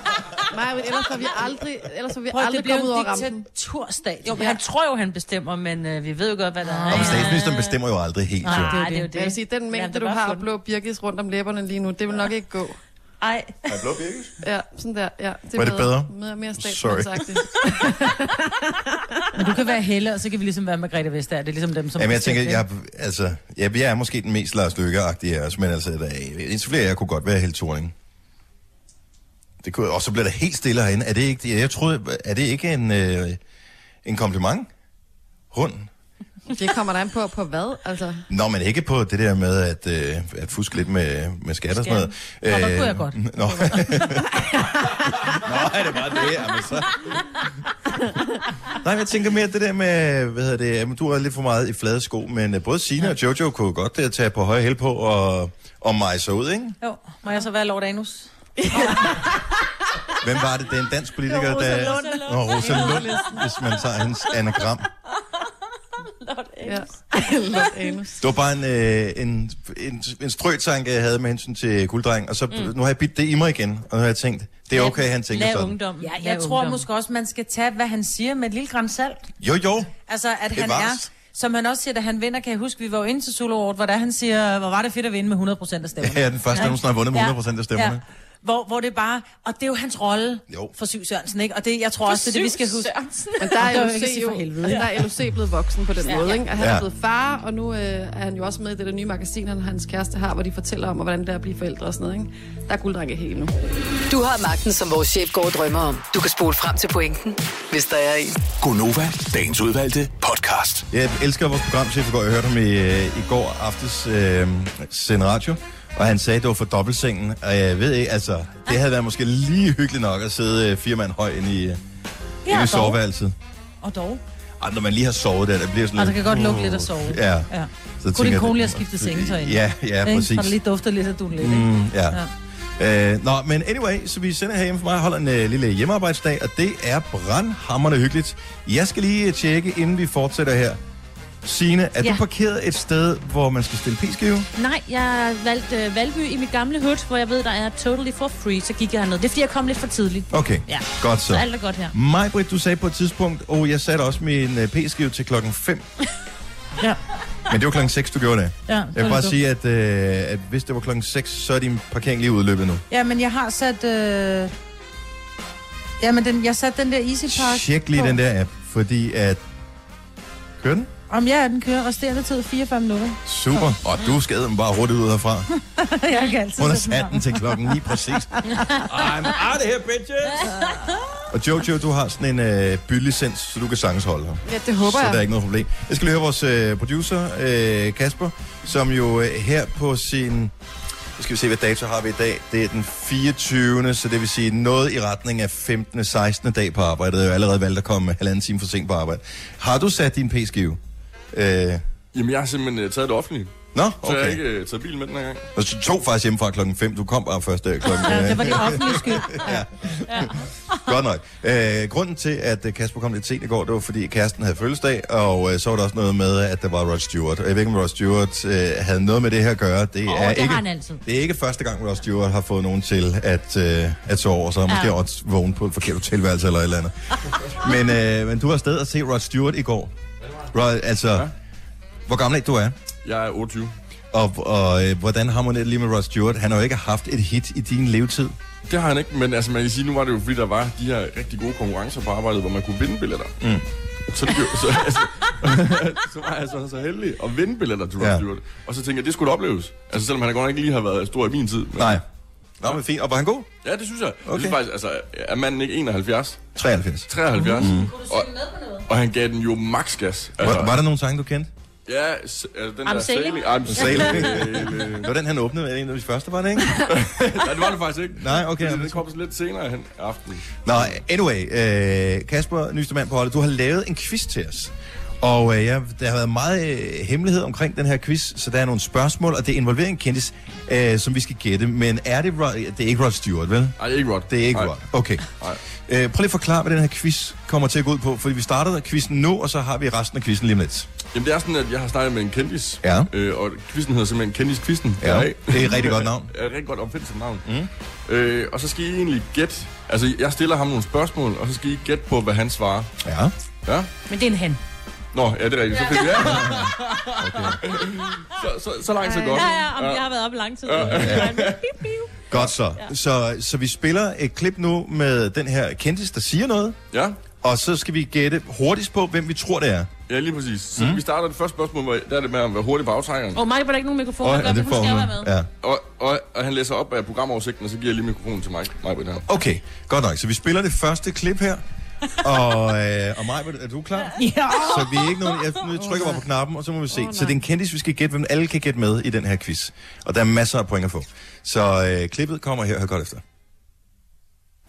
Nej, men ellers var vi aldrig, ellers var vi
Prøv, det
aldrig
bliver
kommet ud
jo
over
en
rampen.
diktaturstat.
Jo, men han tror jo, han bestemmer, men øh, vi ved jo godt, hvad der er.
Og statsministeren bestemmer jo aldrig helt.
Nej,
Jo.
det er jo det.
Men jeg vil sige, den
Lad
mængde,
det
du
bare
har
få
af
den.
blå birkes rundt om læberne lige nu, det vil nok ikke gå.
Ej,
Er jeg blå birkes?
Ja, sådan der. Ja, det er
Var det bedre?
Mere, mere
Sorry.
statsmandsagtigt.
(laughs) Men du kan være Helle, og så kan vi ligesom være Margrethe Vestager. Det er ligesom dem, som...
Jamen, jeg tænker,
bestemmer,
jeg, altså, jeg, jeg er måske den mest Lars Løkke-agtige af os, men altså, der, indtil flere af jer kunne godt være Held Thorning. Det kunne, og så bliver der helt stille herinde. Er det ikke, jeg troede, er det ikke en, øh, en kompliment? Rund?
(laughs) Det kommer der an på, på hvad? Altså,
Nå, men ikke på det der med at, øh, at fuske lidt med, med skat og sådan noget.
Nå, der kunne
Øh,
jeg godt.
(laughs) Nå, nå (laughs) er det bare det? Jamen, så... Nej, men jeg tænker mere det der med, hvad hedder det, jamen, du er lidt for meget i flade sko, men øh, både Sina ja. og Jojo kunne godt øh, tage på høje hæl på og, og mig så ud, ikke?
ikke? Jo, må jeg så være Lord Anus?
Hvem var det? Det er en dansk politiker,
Rosa
der...
Lund.
Nå, Rosa Lund, hvis man tager hendes anagram.
ja. (laughs) Lort anus.
Det var bare en, øh, en, en, en strøtanke, jeg havde med hensyn til gulddreng, og så mm. nu har jeg bidt det i mig igen, og nu har jeg tænkt, det er okay, han tænker
lad
sådan.
ungdommen.
Ja,
Lad
jeg tror
ungdommen.
måske også, man skal tage, hvad han siger med et lille gram salt.
Jo, jo.
Altså, at
Det
han
var
er,
os.
som han også siger, da han vinder, kan jeg huske, vi var jo inde til Solo Award, hvor der han siger, hvor var det fedt at vinde med 100%
(laughs)
af stemmerne.
Jeg er den første, der nogensinde har vundet med 100% af stemmerne. Ja.
Hvor, hvor det bare, og det er jo hans rolle
Jo.
for Syv Sørensen, ikke? Og det, jeg tror også, det er det, vi skal huske.
Men (laughs) der
Det
er
var ikke at
LOC
sige
jo,
for helvede.
altså, der er LOC blevet voksen på den måde, ikke? Og han
Ja.
er blevet far, og nu øh, er han jo også med i det der nye magasin, han og hans kæreste har, hvor de fortæller om, hvordan det er at blive forældre og sådan noget, ikke? Der er gulddrenge helt nu.
Du har magten, som vores chef går og drømmer om. Du kan spole frem til pointen, hvis der er en.
Gonova, dagens udvalgte podcast.
Jeg elsker vores programchef i går. Jeg hørte ham i, øh, i går aftes øh, sende radio, og han sagde, at det var for dobbeltsengen. Og jeg ved ikke, altså, det havde været måske lige hyggeligt nok at sidde øh, fire mand høj inde i, øh, inde i
dog.
soveværelset.
Og dog.
Ej, når man lige har sovet der, der bliver sådan uh,
Og der Altså, kan godt lugte lidt af sove.
Ja.
ja.
Så
Kunne din
jeg,
kone lige
det-
have skiftet sengetøj ind?
Ja, ja,
Ikke?
præcis.
Så der lige dufter lidt af dun lidt, ikke?
Mm, ja. ja. Øh, nå, men anyway, så vi sender herhjemme for mig og holder en øh, lille hjemmearbejdsdag, og det er brandhammerne hyggeligt. Jeg skal lige øh, tjekke, inden vi fortsætter her. Signe, er ja.
Ja.
du parkeret et sted, hvor man skal stille p-skive?
Nej, jeg valgte øh, Valby i mit gamle hood, hvor jeg ved, der er totally for free, så gik jeg herned. Det er, fordi jeg kom lidt for tidligt.
Okay,
Ja.
godt
Så
så.
alt er godt her.
Maj, Britt, du sagde på et tidspunkt, og jeg satte også min øh, p-skive til klokken
(laughs)
5.
Ja.
Men det var klokken 6, du gjorde det.
Ja,
Jeg vil
så er
bare
det
sige, at, øh, at hvis det var klokken 6, så er din parkering lige udløbet nu.
Ja, men jeg har sat... Øh... Jamen, den, jeg satte den der Easy Park
Tjek lige
på.
den der app, fordi at... Kører den?
Om jeg er den kører, resterende tid 4-5 minutter.
Super. Og du skadede dem bare hurtigt ud herfra.
(laughs) jeg kan altid
Hun har
sætte
sat den
frem.
til klokken 9 præcis. I'm out of here, bitches! Og Jojo, du har sådan en øh, bylicens, så du kan sagtens holde her.
Ja, det håber
Så der er
jeg.
ikke noget problem. Jeg skal lige høre vores øh, producer, øh, Kasper, som jo øh, her på sin... Nu skal vi se, hvad dato har vi i dag. Det er den 24. Så det vil sige noget i retning af 15. 16. dag på arbejde. Jeg har jo allerede valgt at komme halvanden time for sent på arbejde. Har du sat din p-skive? Øh,
Jamen, jeg har simpelthen øh, taget det offentligt.
Nå,
Så jeg har
okay.
ikke øh, taget bilen med den her gang.
Og så tog faktisk hjemmefra klokken 5. Du kom bare først der klokken...
Ja,
øh,
det var det offentlige
(laughs)
skyld.
Godt nok. Øh, grunden til, at øh, Kasper kom lidt sent i går, det var, fordi kæresten havde fødselsdag, og øh, så var der også noget med, at der var Rod Stewart. Og jeg ved ikke, om Rod Stewart øh, havde noget med det her at gøre. Det,
Åh,
er
det
ikke,
har han altid.
det er ikke første gang, Rod Stewart har fået nogen til at, øh, at sove over sig. Måske
Ja.
også vågne på et forkert hotelværelse eller et eller andet. men, øh, men du var afsted og se Rod Stewart i går. Rod, altså, ja. hvor gammel er du er?
Jeg er 28.
Og, og øh, hvordan harmonerer det lige med Rod Stewart? Han har jo ikke haft et hit i din levetid.
Det har han ikke, men altså man kan sige, nu var det jo fordi, der var de her rigtig gode konkurrencer på arbejdet, hvor man kunne vinde billetter. Mm. Så, det, blev- så, (laughs) altså, så var jeg så, så heldig at vinde billetter til Rod
Ja.
ja. Stewart. Og så tænkte jeg, det skulle da opleves. Altså selvom han godt ikke lige har været stor i min tid. Men,
Nej. Nå, men fint. Og var han god?
Ja, det synes jeg. Okay. Jeg
Okay.
synes faktisk, altså, er manden ikke 71?
73.
73? Mm. Og, og han gav den jo max gas. Altså,
Var, var der nogle sange, du kendte?
Ja, s- altså, den
I'm
der
sailing.
I'm
Sailing.
sailing.
(laughs)
sailing.
Øh, Det var den, han åbnede med, en af de første, var det ikke?
(laughs) Nej, det var det faktisk ikke.
(laughs) Nej, okay.
Det, det kom så lidt senere hen i aftenen.
Nå, anyway, øh, Kasper, nyeste mand på holdet, du har lavet en quiz til os. Og øh, jeg, der har været meget øh, hemmelighed omkring den her quiz, så der er nogle spørgsmål, og det involverer en kendis, øh, som vi skal gætte. Men er det, Rod, det er ikke Rod Stewart, vel?
Nej, det er ikke Rod.
Det er ikke
Nej.
Rod. Okay.
Nej.
Øh, prøv lige at forklare, hvad den her quiz kommer til at gå ud på. Fordi vi startede quizzen nu, og så har vi resten af quizzen lige om lidt.
Jamen, det er sådan, at jeg har snakket med en kendis.
Ja.
Øh, og quizzen hedder simpelthen Kendis-quizzen.
Ja, det er et rigtig godt navn.
(laughs) Ja, et rigtig godt opfindsomt navn. Mm. Øh, og så skal I egentlig gætte... Altså, jeg stiller ham nogle spørgsmål, og så skal I gætte på, hvad han svarer.
Ja.
Ja?
Men det er en (laughs) han.
Nå, ja, det er rigtigt. Så fik vi ja. (laughs) så, så, så langt, så godt.
Øh, Ja, ja, om jeg har været oppe lang tid. Pip, pip.
Godt så. Ja. så. Så vi spiller et klip nu med den her kendis, der siger noget.
Ja,
Og så skal vi gætte hurtigst på, hvem vi tror, det er.
ja lige præcis. Så mm. vi starter det første spørgsmål, hvor- der er det med at være hurtig på aftrækkeren.
Åh, oh, mig, var der ikke nogen mikrofon,
Åh,
oh,
ja,
hun skal
hun.
være med.
Ja.
Og, og, og han læser op af programoversigten, og så giver jeg lige mikrofonen til mig. mig på den her.
Okay, godt nok. Så vi spiller det første klip her. Og, øh, og Maj, er du klar?
Ja.
Så vi er ikke nogen... Jeg nu trykker bare på knappen, og så må vi se. så det er en kendis, vi skal gætte, hvem alle kan gætte med i den her quiz. Og der er masser af point at få. Så øh, klippet kommer her. Hør godt efter.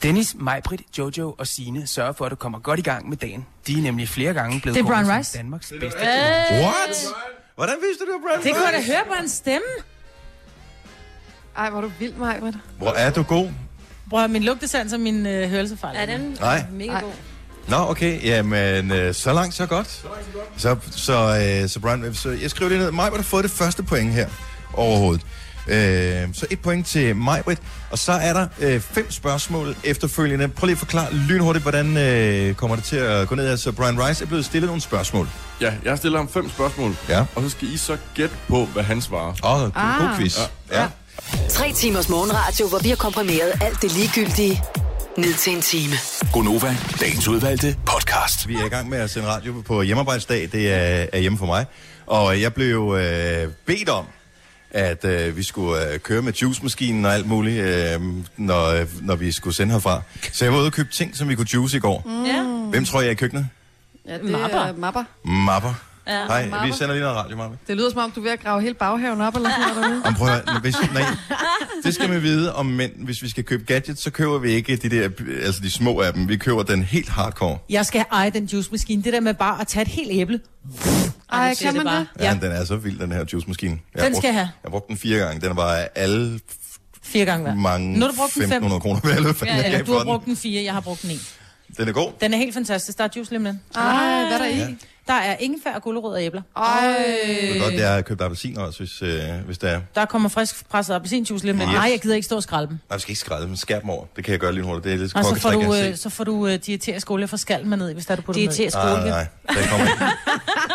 Dennis, Majbrit, Jojo og Sine sørger for, at du kommer godt i gang med dagen. De er nemlig flere gange blevet
Det er
kåret
Brown
som
Rice.
Danmarks bedste.
What? Hvordan vidste du, Brian?
Det kunne jeg da høre på hans stemme.
Ej, hvor er du vild, Maja.
Hvor er du god?
Bror, min lugtesans og min øh, hørelsefejl.
Er den
Nej.
mega god?
Nå, okay. Jamen, øh, så langt, så godt. Så så Så, øh, så Brian, øh, så jeg skriver det ned. Majbert har fået det første point her overhovedet. Øh, så et point til Majbert. Og så er der øh, fem spørgsmål efterfølgende. Prøv lige at forklare lynhurtigt, hvordan øh, kommer det til at gå ned her. Så Brian Rice er blevet stillet nogle spørgsmål.
Ja, jeg stiller ham fem spørgsmål,
Ja.
og så skal I så gætte på, hvad han svarer.
Åh, oh, ah. god quiz. Ja. ja.
Tre timers morgenradio, hvor vi har komprimeret alt det ligegyldige ned til en time.
Gonova, dagens udvalgte podcast.
Vi er i gang med at sende radio på hjemmearbejdsdag. Det er, er hjemme for mig. Og jeg blev øh, bedt om, at øh, vi skulle øh, køre med juicemaskinen og alt muligt, øh, når, øh, når vi skulle sende herfra. Så jeg var ude og købe ting, som vi kunne juice i går.
Ja.
Mm. Hvem tror jeg er i køkkenet?
Ja, det mapper. er mapper.
Mapper.
Ja,
Hej, vi
Mapper.
sender lige noget radio, Mappe.
Det lyder som om, du er ved at grave hele baghaven op eller sådan noget derude.
Om prøv at, høre, hvis, nej, det skal man vide om mænd. Hvis vi skal købe gadgets, så køber vi ikke de der, altså de små af dem. Vi køber den helt hardcore.
Jeg skal eje den juicemaskine. Det der med bare at tage et helt æble.
Ej,
siger
kan
det
man
bare.
det?
Ja. ja, den er så vild, den her juicemaskine. Jeg har
Den
brugt-
skal jeg have.
Jeg har brugt den fire gange. Den var alle
Fire gange hver.
mange
nu har du brugt den fem.
1500 kroner værd, eller hvad fanden
Ja,
jeg
eller
gav
du
for
har brugt den fire, jeg har brugt den en.
den. Den er god.
Den er helt fantastisk. Der er juice lige om lidt.
Ej, hvad er der i?
Der er ingefær og gulerødder og æbler.
Ej.
Det er godt,
Øh.
det er at købe appelsiner også, hvis, øh, hvis der er.
Der kommer frisk presset appelsinjuice lige om lidt.
Yes.
Nej, jeg gider ikke stå og skralde dem.
Nej, vi skal ikke skrælle dem. Skær dem over. Det kan jeg gøre lige hurtigt. Det er lidt
Og så får
kokketræk,
du,
jeg har
øh,
set.
så får du øh, diæterisk olie fra skallen med ned, i, hvis der er du på det.
Diæterisk
Nej,
olie.
nej, nej. Der kommer ikke.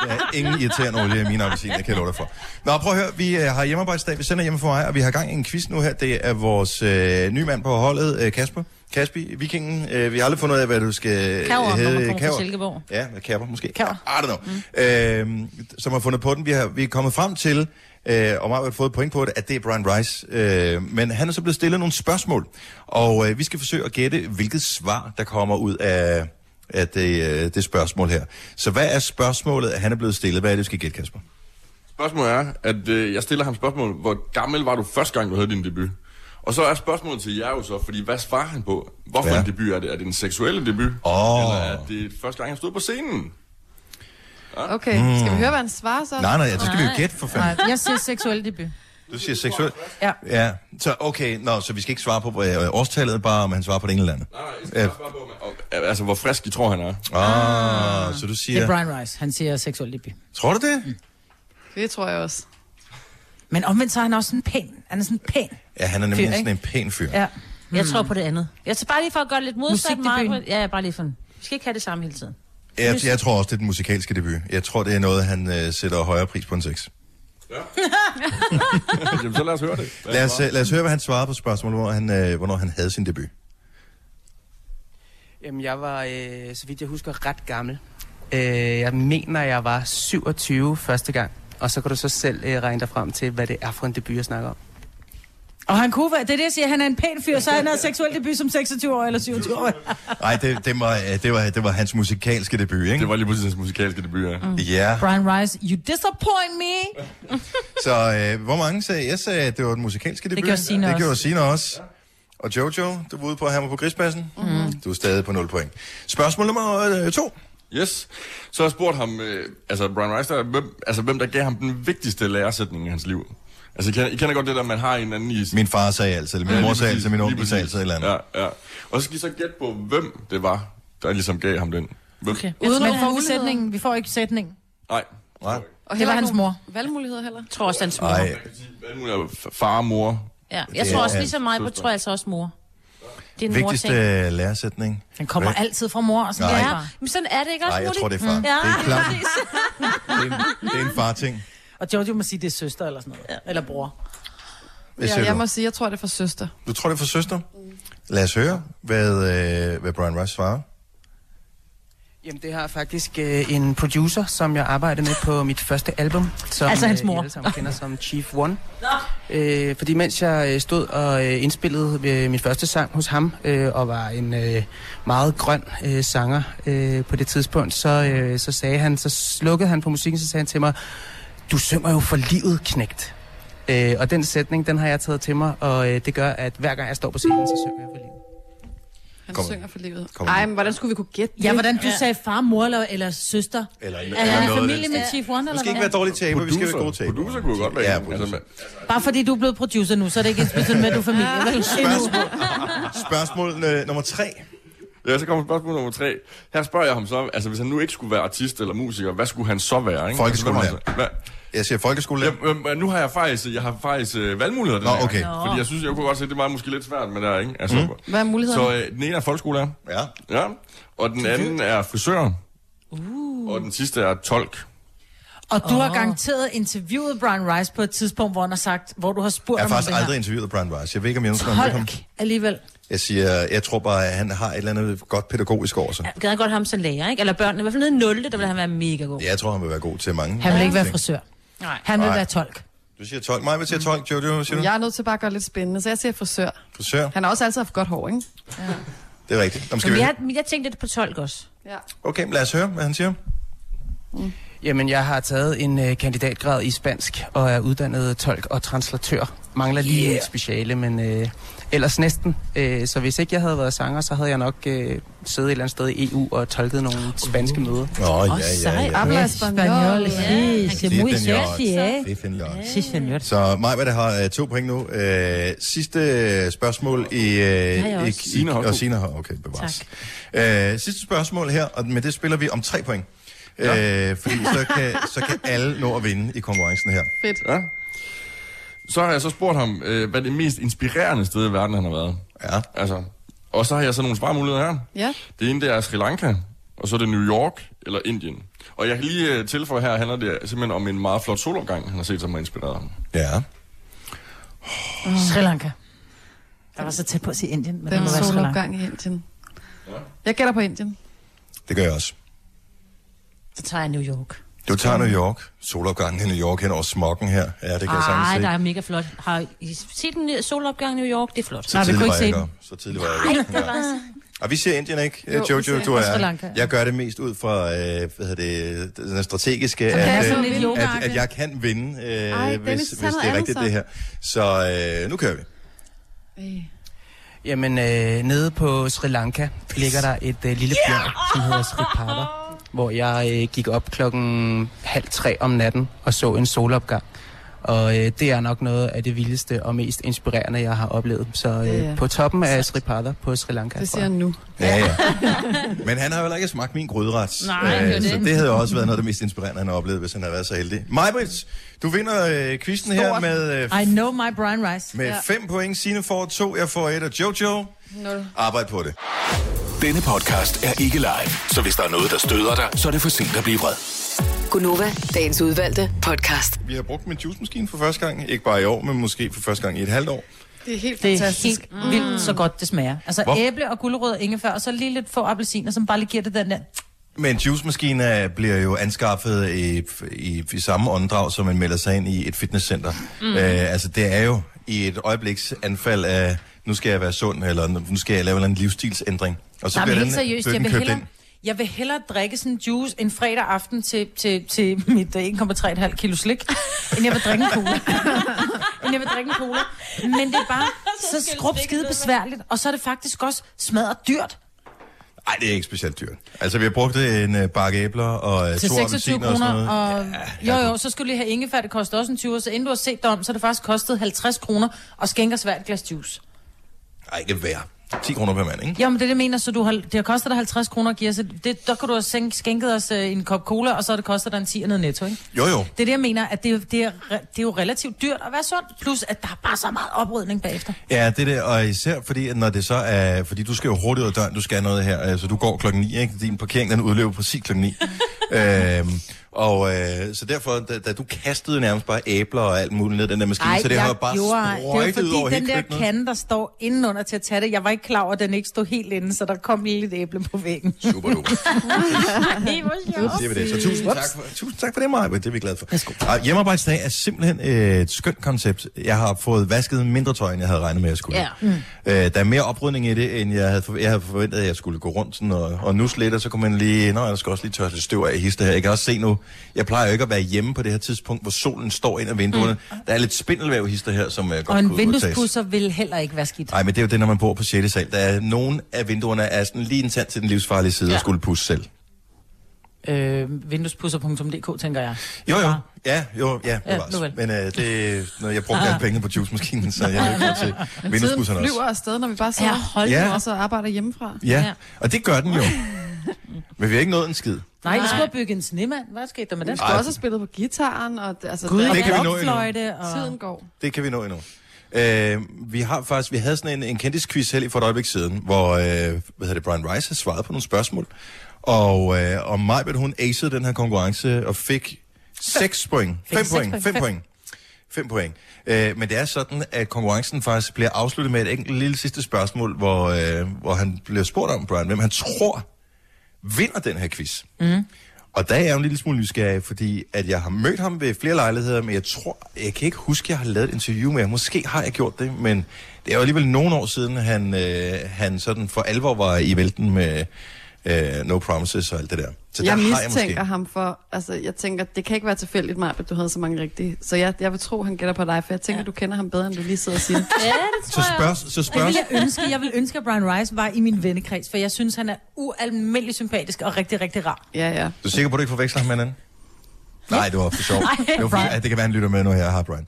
Der er ingen irriterende olie i mine appelsiner, det kan jeg love dig for. Nå, prøv at høre. Vi øh, har hjemmearbejdsdag. Vi sender hjemme for mig, og vi har gang i en quiz nu her. Det er vores øh, nye mand på holdet, øh, Kasper. Kaspi, vikingen. Øh, vi har aldrig fundet ud af, hvad du skal
Kaver, når man
hedde.
kommer fra
Kaver.
Silkeborg.
Ja, med kapper måske.
Kapper.
I don't know. Mm. Øh, som har fundet på den. Vi, har, vi er kommet frem til, øh, og Marvind har fået point på det, at det er Brian Rice. Øh, men han er så blevet stillet nogle spørgsmål. Og øh, vi skal forsøge at gætte, hvilket svar, der kommer ud af, af det, øh, det spørgsmål her. Så hvad er spørgsmålet, han er blevet stillet? Hvad er det, vi skal gætte, Kasper?
Spørgsmålet er, at øh, jeg stiller ham spørgsmål, hvor gammel var du første gang, du havde din debut? Og så er spørgsmålet til jer jo så, fordi hvad svarer han på? Hvorfor
Ja.
ja. en debut er det? Er det en seksuel debut?
Åh.
Eller er det første gang, han stod på scenen? (laughs)
Okay, skal vi høre, hvad han svarer så?
Mm. Nej, nej, ja, det skal vi jo gætte for fanden.
Jeg siger seksuel debut.
Du siger seksuelt.
Ja.
Ja, så okay, nå, så vi skal ikke svare på øh, årstallet, bare om han svarer på det ene eller andet. Øh,
Nej, nej, jeg skal bare svare på, men- og- altså hvor frisk I tror, han er.
Ah, så du
(laughs) Det er
siger...
Brian Rice. Han siger seksuel debut.
Tror du det?
Det tror jeg også.
Men omvendt så er han også sådan pæn. Han er sådan pæn.
Ja, han er nemlig
Fyr,
sådan
ikke?
en pæn fyr.
Ja.
Hmm. Jeg tror på det andet. Jeg tager bare lige for at gøre lidt modstand.
Musikdebuten.
Maja. Ja, bare lige for den. Vi skal ikke have (laughs) det samme hele tiden.
Jeg, jeg tror også, det er den musikalske debut. Jeg tror, det er noget, han øh, sætter højere pris på en sex. (laughs)
Jamen, så lad os høre det. Hvad
Lad os,
svarer
øh, lad os høre, hvad han svarede på spørgsmålet, hvor han, øh, hvornår han havde sin debut.
Jamen, jeg var, øh, så vidt jeg husker, ret gammel. Øh, jeg mener, jeg var 27 første gang. Og så kan du så selv øh, regne dig frem til, hvad det er for en debut, jeg snakker om.
Og han kunne være, det er det, jeg siger, han er en pæn fyr, så han har seksuel debut som 26 år eller 27 år.
Nej, det, det, var, øh, det, var, det var hans musikalske debut, ikke?
Det var lige præcis hans musikalske debut, ja. Mm.
Ja,
Brian Rice, you disappoint me.
så øh, hvor mange sagde? Jeg sagde, at det var den musikalske debut.
gjorde Signe
det
også.
gjorde Signe også. Og
Mm.
Jojo, du var ude på at have mig på grispladsen. Mm. Du er stadig på 0 point. Spørgsmål nummer øh, to.
Yes. Så har jeg spurgt ham, øh, altså Brian Reister, hvem, altså, hvem der gav ham den vigtigste læresætning i hans liv. Altså, I kender, I kender godt det der, man har en anden i...
Min far sagde altid, eller min mor sagde altid, min onkel sagde altid et eller andet.
Ja, ja. Og så skal I så gætte på, hvem det var, der ligesom gav ham den. Hvem? Okay.
Uden at få sætningen. Vi får ikke sætningen.
Nej. Nej.
Og det var hans mor.
Valgmuligheder heller? Jeg
tror også, hans mor.
Nej. Far og mor.
Ja, jeg
Det
tror
er
også lige så meget på,
søster.
tror jeg altså også mor. Det er en
Vigtigste
mor
øh, læresætning.
Den kommer
Hvad?
altid fra mor. Og sådan
Nej.
Nej.
Ja, men sådan er det ikke også,
Nej, jeg
Rudi?
tror, det er far.
Mm.
Det
Ja,
er klart.
præcis.
Det er en, det er en far-ting.
Og Jojo må sige, det er søster eller sådan noget. Ja. Eller bror.
Hvad siger
ja, jeg
du?
må sige, jeg tror, det er for søster.
Du tror, det er for søster? Lad os høre, hvad, øh, hvad Brian Rice svarer.
Jamen, det har faktisk øh, en producer, som jeg arbejdede med på mit første album. Som,
Altså hans
øh, I
mor.
alle sammen kender som Chief One. Øh, fordi mens jeg øh, stod og øh, indspillede øh, min første sang hos ham, øh, og var en øh, meget grøn øh, sanger øh, på det tidspunkt, så, øh, så sagde han, så slukkede han på musikken, så sagde han til mig, du synger jo for livet, knægt. Øh, og den sætning, den har jeg taget til mig, og øh, det gør, at hver gang jeg står på scenen, så synger jeg for livet.
Han
Kom.
synger for livet.
Kom.
Nej, men hvordan skulle vi kunne gætte det?
Ja, hvordan du ja. sagde far, mor eller, eller søster.
Eller,
Er han i
noget af
familie
den
med
stil.
Chief One,
Du
eller
skal ikke
hvad?
være dårlig taber, vi skal være gode taber.
Producer kunne jo godt være
Ja,
en. altså.
producer.
(laughs)
men-
Bare fordi du er blevet producer nu, så er det ikke ens betydende med, at du er familie.
(laughs)
Vel? Endnu.
Spørgsmål øh, nummer tre.
Ja, så kommer spørgsmål nummer tre. Her spørger jeg ham så, altså hvis han nu ikke skulle være artist eller musiker, hvad skulle han så være? Ikke?
Folkeskolelærer.
Altså, hvad var han så?
Jeg siger folkeskolelærer.
Hvad? Jamen, øhm, nu har jeg faktisk, jeg har faktisk øh, valgmuligheder den
Nå,
her gang,
okay.
Nå.
Fordi jeg synes, jeg kunne godt se, det var måske lidt svært, men der er ikke. Altså, mm.
Hvad er mulighederne?
Så øh, den ene er folkeskolelærer,
Ja.
ja. og den anden er frisør, uh. og den sidste er tolk.
Og du har garanteret interviewet Brian Rice på et tidspunkt, hvor han har sagt, hvor du har spurgt
Jeg har
ham om
faktisk
det her.
aldrig interviewet Brian Rice. Jeg ved ikke, om jeg ønsker ham velkommen.
Tolk alligevel.
Jeg siger, jeg tror bare, at han har et eller andet godt pædagogisk over sig.
Jeg gad godt have ham som lærer, ikke? Eller børnene, i hvert fald nede i 0. der ville han være mega god.
Jeg tror, han vil være god til mange.
Han vil ikke være
ting.
frisør.
Nej.
Han vil
Nej.
være tolk.
Du siger tolk. Mig vil sige tolk. Jojo, hvad siger du?
Jeg er nødt til bare at gøre det lidt spændende, så jeg siger frisør.
Frisør.
Han har også altid haft godt hår, ikke?
Det er rigtigt. Nå, men skal
Men
vi...
jeg, men jeg tænkte lidt på 12 også.
Ja.
Okay, men lad os høre, hvad han siger.
Mm. Jamen, jeg har taget en øh, kandidatgrad i spansk og er uddannet tolk og translatør. Mangler lige yeah. et speciale, men øh, ellers næsten. Øh, så hvis ikke jeg havde været sanger, så havde jeg nok øh, siddet et eller andet sted i EU og tolket nogle spanske møder.
Åh, oh, ja, ja,
sej.
ja.
Habla
Ja,
español.
spanjol. Sí,
Det
sí,
er
muy
den
sexy, eh?
Det er den jord.
Sí, señor.
Så mig, hvad der har øh, to point nu. Øh, sidste øh, spørgsmål i...
jeg
Øh, i,
også.
i
har
og
to.
Sina har, okay, bevares. Øh, sidste spørgsmål her, og med det spiller vi om tre point. Øh, fordi så kan, så kan alle nå at vinde i konkurrencen her.
Fedt.
Ja. Så har jeg så spurgt ham, øh, hvad det mest inspirerende sted i verden, han har været.
Ja.
Altså, og så har jeg så nogle svarmuligheder her.
Ja.
Det ene, det er Sri Lanka, og så er det New York eller Indien. Og jeg kan lige øh, tilføje her, handler det simpelthen om en meget flot solopgang, han har set, som har inspireret ham.
Ja.
Sri Lanka. Jeg var så tæt på at sige Indien, men det
Den
må være Sri Lanka.
solopgang i Indien. Jeg gætter på Indien.
Det gør jeg også.
Så tager jeg New York.
Du tager New York. Solopgangen i New York hen over smokken her. Ja, det kan jeg
Ej,
sagtens
der
se.
er mega flot. Har I set den solopgang i New York? Det er flot.
Så
Nej, vi kunne
tidligt var jeg ikke.
ikke se den.
op. Så tidligt var jeg ikke. Ja. Og vi ser Indien ikke, jo,
vi
Jojo,
ser
du
også Sri
er.
Lanka, ja.
Jeg gør det mest ud fra, øh, hvad hedder det, den strategiske,
kan jeg
at,
sådan
øh,
lidt
at,
yoga-agtigt.
at jeg kan vinde, øh,
Ej,
hvis,
Dennis,
hvis
tag
det
noget
er rigtigt
andet
det her. Så øh, nu kører vi.
Jamen, øh, nede på Sri Lanka ligger der et øh, lille bjerg, som hedder Sri Pava, hvor jeg øh, gik op klokken halv tre om natten og så en solopgang. Og øh, det er nok noget af det vildeste og mest inspirerende, jeg har oplevet. Så øh,
Ja.
på toppen af Sri Pava på Sri Lanka.
Det
tror
siger
jeg.
han nu.
Ja, ja. Men han har jo heller ikke smagt min gryderet. Øh,
Nej, det er det.
Så det havde også været noget af det mest inspirerende, han har oplevet, hvis han havde været så heldig. Majbrits, du vinder øh, quizzen her med, øh,
I know my Brian Rice.
med ja. fem point. Signe får to, jeg får et, og Jojo,
Nul.
arbejde på det.
Denne podcast er ikke live, så hvis der er noget, der støder dig, så er det for sent at blive vred.
Gunova, dagens udvalgte podcast.
Vi har brugt min juicemaskine for første gang. Ikke bare i år, men måske for første gang i et halvt år.
Det er helt
Det er
fantastisk. Mm.
helt
Mm.
vildt, så godt det smager. Altså
Hvor-
Hvor? æble og gulerod og ingefær, og så lige lidt få appelsiner, som bare lige giver det den der.
Men juicemaskiner bliver jo anskaffet i, i, i samme åndedrag, som man melder sig ind i et fitnesscenter. Mm. Øh, altså, det er jo i et øjebliks anfald af, nu skal jeg være sund, eller nu skal jeg lave en eller anden livsstilsændring. Og så
Nej, men
bliver den
helt seriøst, jeg
bøtten
vil,
købt
hellere,
ind.
jeg vil hellere drikke sådan en juice en fredag aften til, til, til mit øh, 1,3,5 kilo slik, end jeg vil drikke en
(laughs)
cola. end jeg vil drikke en cola. Men det er bare så skrubskide besværligt, og så er det faktisk også smadret dyrt.
Nej, det er ikke specielt dyrt. Altså, vi har brugt en øh, bakke æbler og øh,
Til
to
26
appelsiner og sådan
kroner,
noget.
og... Ja, jo, jo, så skulle du lige have ingefær, det koster også en 20, så inden du har set dig om, så har det faktisk kostet 50 kroner, og skænker svært et glas juice.
Nej, ikke værd. 10 kroner per mand, ikke?
Jamen, det er det, jeg mener, så du har, det har kostet dig 50 kroner at give os, et- det, der kunne du have sænk- skænket os øh, en kop cola, og så har det kostet dig en 10 noget netto, ikke?
Jo, jo.
Det er det, jeg mener, at det, det, er, re- det er jo relativt dyrt at være sund, plus at der er bare så meget oprydning bagefter.
Ja, det der, og især fordi, at når det så er... Fordi du skal jo hurtigt ud af døren, du skal noget her. Altså, du går klokken 9, ikke? Din parkering, den udløber præcis klokken
(laughs)
9. øhm, og øh, så derfor, da, da, du kastede nærmest bare æbler og alt muligt ned i den der maskine, så det har jo bare
det
sprøjtet
var
ud over
fordi den
hele
der
køkkenet.
kande, der står indenunder til at tage det, jeg var ikke klar over, at den ikke stod helt inde, så der kom lige lidt æble på væggen.
(laughs) Super
(laughs)
duper.
Nej, hvor sjovt.
Det er det. Så tusind tak, for, tusind tak for det, Maja. Det er vi glade for. Og hjemmearbejdsdag er simpelthen øh, et skønt koncept. Jeg har fået vasket mindre tøj, end jeg havde regnet med, at jeg skulle.
Ja.
Mm. Øh, der er mere oprydning i det, end jeg havde, for, jeg havde forventet, at jeg skulle gå rundt sådan og, og nusse lidt, og så kunne man lige, nå, jeg skal også lige tørre lidt støv af histe her. Jeg kan også se nu, jeg plejer jo ikke at være hjemme på det her tidspunkt, hvor solen står ind ad vinduerne. Mm. Der er lidt spindelvæv hister her, som jeg godt
Og
kunne
en
udtages.
vinduespusser vil heller ikke være skidt.
Nej, men det er jo det, når man bor på 6. sal. Der er nogle af vinduerne er sådan lige en tand til den livsfarlige side, ja. og skulle pusse selv.
Øh, vinduespusser.dk, tænker jeg.
Jo, jo. Ja, jo, ja,
Ja,
ja
nu vel.
Men øh, det, når jeg brugte alle pengene på juicemaskinen, så jeg er nødt til
(laughs) Men tiden
vinduesbusserne også.
flyver afsted, når vi bare sidder
Ja, hold
Ja.
ja.
nu
og
op.
så arbejder hjemmefra.
Ja, og det gør den jo. Men vi har ikke nået en skid.
Nej, vi skulle have bygget en snemand. Hvad skete der med
Du
den?
skal også have spillet på gitaren, og det- altså,
Gud,
der er
det kan vi nå endnu.
blokfløjte, og... Tiden går.
Det kan vi nå endnu. Øh, vi har faktisk, vi havde sådan en, en kendisquiz her lige for et øjeblik siden, hvor, øh, hvad hedder det, Brian Rice har svaret på nogle spørgsmål. Og, øh, og Majbet, hun acede den her konkurrence og fik 6 point.
Fik
5
seks
point.
point.
5
Fem.
point. 5 point. Øh, men det er sådan, at konkurrencen faktisk bliver afsluttet med et enkelt lille sidste spørgsmål, hvor, øh, hvor han bliver spurgt om, Brian, hvem han tror vinder den her quiz.
Mm.
Og der er jeg jo en lille smule nysgerrig, fordi at jeg har mødt ham ved flere lejligheder, men jeg tror, jeg kan ikke huske, at jeg har lavet et interview med ham. Måske har jeg gjort det, men det er jo alligevel nogle år siden, han, øh, han sådan for alvor var i vælten med øh, No Promises og alt det der.
Så
der
jeg
har
mistænker ham for, altså jeg tænker, det kan ikke være tilfældigt, Maja, at du havde så mange rigtige. Så jeg, jeg vil tro, han gætter på dig, for jeg tænker, ja. du kender ham bedre, end du lige sidder og siger. (laughs)
Ja,
Så spørges, så
Det
spørges,
ville jeg ønske, jeg vil ønske, at Brian Rice var i min vennekreds, for jeg synes, han er ualmindelig sympatisk og rigtig, rigtig rar.
Ja, ja.
Du er sikker på, at du ikke forveksler ham med hinanden? Nej, det var for sjov.
(laughs) Nej,
det, var fordi,
Brian.
at det kan være, han lytter med nu her, har Brian.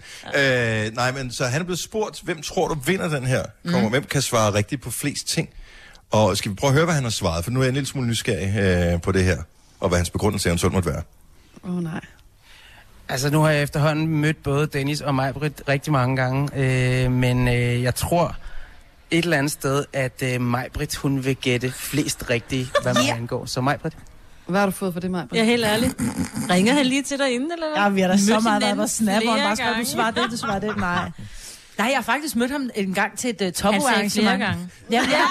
Øh, nej, men så han er blevet spurgt, hvem tror du vinder den her?
Mhm.
Kommer, mm. Hvem kan svare rigtigt på flest ting? Og skal vi prøve at høre, hvad han har svaret? For nu er jeg en lille smule nysgerrig øh, på det her, og hvad hans begrundelse eventuelt måtte være.
Åh oh, nej.
Altså, nu har jeg efterhånden mødt både Dennis og mig Britt rigtig mange gange, øh, men øh, jeg tror et eller andet sted, at øh, Majbrit, hun vil gætte flest rigtige, hvad man yeah. angår. Så Majbrit?
Hvad har du fået for det, Maja?
Ja, helt ærligt. Ringer han lige til dig inden, eller hvad?
Ja, vi er der så
Mødt
meget været
hinanden
på snapper, og
flere
bare skrevet, du
gange.
svarer det, du svarer det.
(laughs)
Nej. Nej, jeg har faktisk mødt ham en gang til et uh,
sagde flere
toparrangement.
gange.
Ja, ja.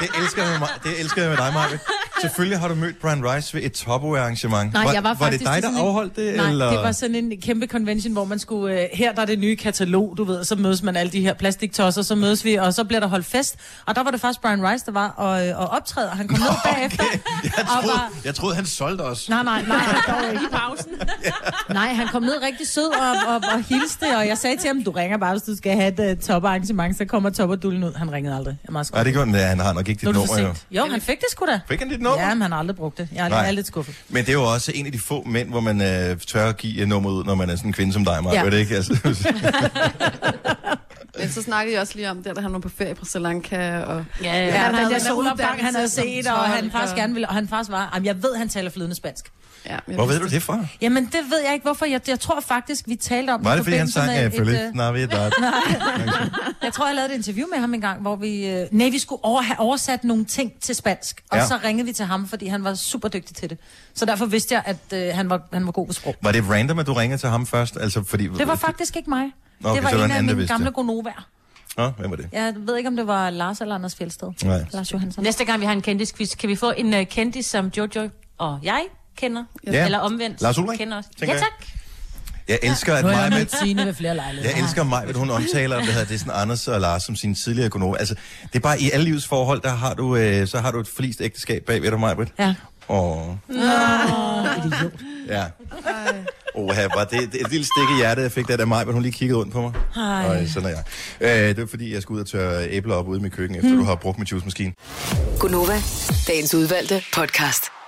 Det elsker jeg med, mig- det elsker jeg med dig, Marve. Selvfølgelig har du mødt Brian Rice ved et topware-arrangement.
Nej,
var,
jeg var,
var det
faktisk
dig,
til sådan
der
en-
afholdt det?
Nej,
eller?
det var sådan en kæmpe convention, hvor man skulle... Øh, her der er det nye katalog, du ved, og så mødes man alle de her plastiktosser, så mødes vi, og så bliver der holdt fest. Og der var det faktisk Brian Rice, der var og, øh, og optræde, og han kom ned bagefter.
jeg,
og
troede,
var-
jeg troede, han solgte os.
Nej, nej, nej. Dog
(laughs)
ikke. I pausen. (laughs) nej, han kom ned rigtig sød og, og, og hilste, og jeg sagde til ham, du ringer bare, hvis du skal have et uh, toparrangement, så kommer topperdullen ud. Han ringede aldrig. Jeg er meget skuffet.
Nej, det gjorde han. Han har nok ikke dit
Nu er det for
nummer, jo.
sent. Jo, han fik det sgu da.
Fik han dit nummer?
Ja, men han har aldrig brugt det. Jeg er,
Nej.
jeg er lidt skuffet.
Men det er jo også en af de få mænd, hvor man øh, tør at give øh, nummeret ud, når man er sådan en kvinde som dig, Maja.
Ja.
Ja. Det ikke?
(laughs)
Altså,
(laughs) Men så snakkede jeg også lige om det, da han var på ferie på Sri Lanka. Og...
Ja, ja, ja. Den der solopgang, han havde set, og han faktisk gerne ville, og han faktisk var, jamen, jeg ved, han taler flydende spansk.
Ja,
Hvor ved du det fra?
Jamen, det ved jeg ikke, hvorfor. Jeg, jeg tror faktisk, vi talte om
Var
i
det, fordi han
forbindelse
sang
med
af
et, øh,
Feliz
(laughs)
Navidad?
Jeg tror, jeg lavede et interview med ham en gang, hvor vi... øh, Nej, vi skulle over, have oversat nogle ting til spansk. Og
Ja.
ja. så ringede vi til ham, fordi han var super dygtig til det. Så derfor vidste jeg, at øh, han, var, han var god på sprog.
Var det random, at du ringede til ham først? Altså, fordi...
Det var faktisk ikke mig.
Nå, okay,
det var
så var
en
der en
af
anden, der
mine
vidste
gamle
det.
gonovaer.
Nå, hvem var det?
Jeg ved ikke, om det var Lars eller Anders Fjeldsted.
Nej.
Lars Johansson.
Næste gang vi har en kendisquiz, kan vi få en uh, kendis, som Jojo og jeg kender?
Ja.
Eller omvendt.
Lars Ulrich,
Kender os. Ja,
tænker jeg.
tak.
Jeg elsker, at
Nu har
mig
jeg
med...
mødt Signe ved flere lejligheder.
Jeg elsker mig, at hun omtaler, hvad hedder det sådan Anders og Lars som sine tidligere økonomer. Altså, det er bare i alle livets forhold, der har du, øh, så har du et forlist ægteskab bagved dig, Majbrit.
Ja.
Og ja, oha, var det, det et lille stik i hjertet, jeg fik der, da Majbrit, hun lige kiggede rundt på mig.
Ej.
Og sådan er jeg. Øh, det var fordi, jeg skulle ud og tørre æbler op ude i mit køkken, efter
Mm.
du har brugt min juicemaskine. Gunova, dagens udvalgte podcast.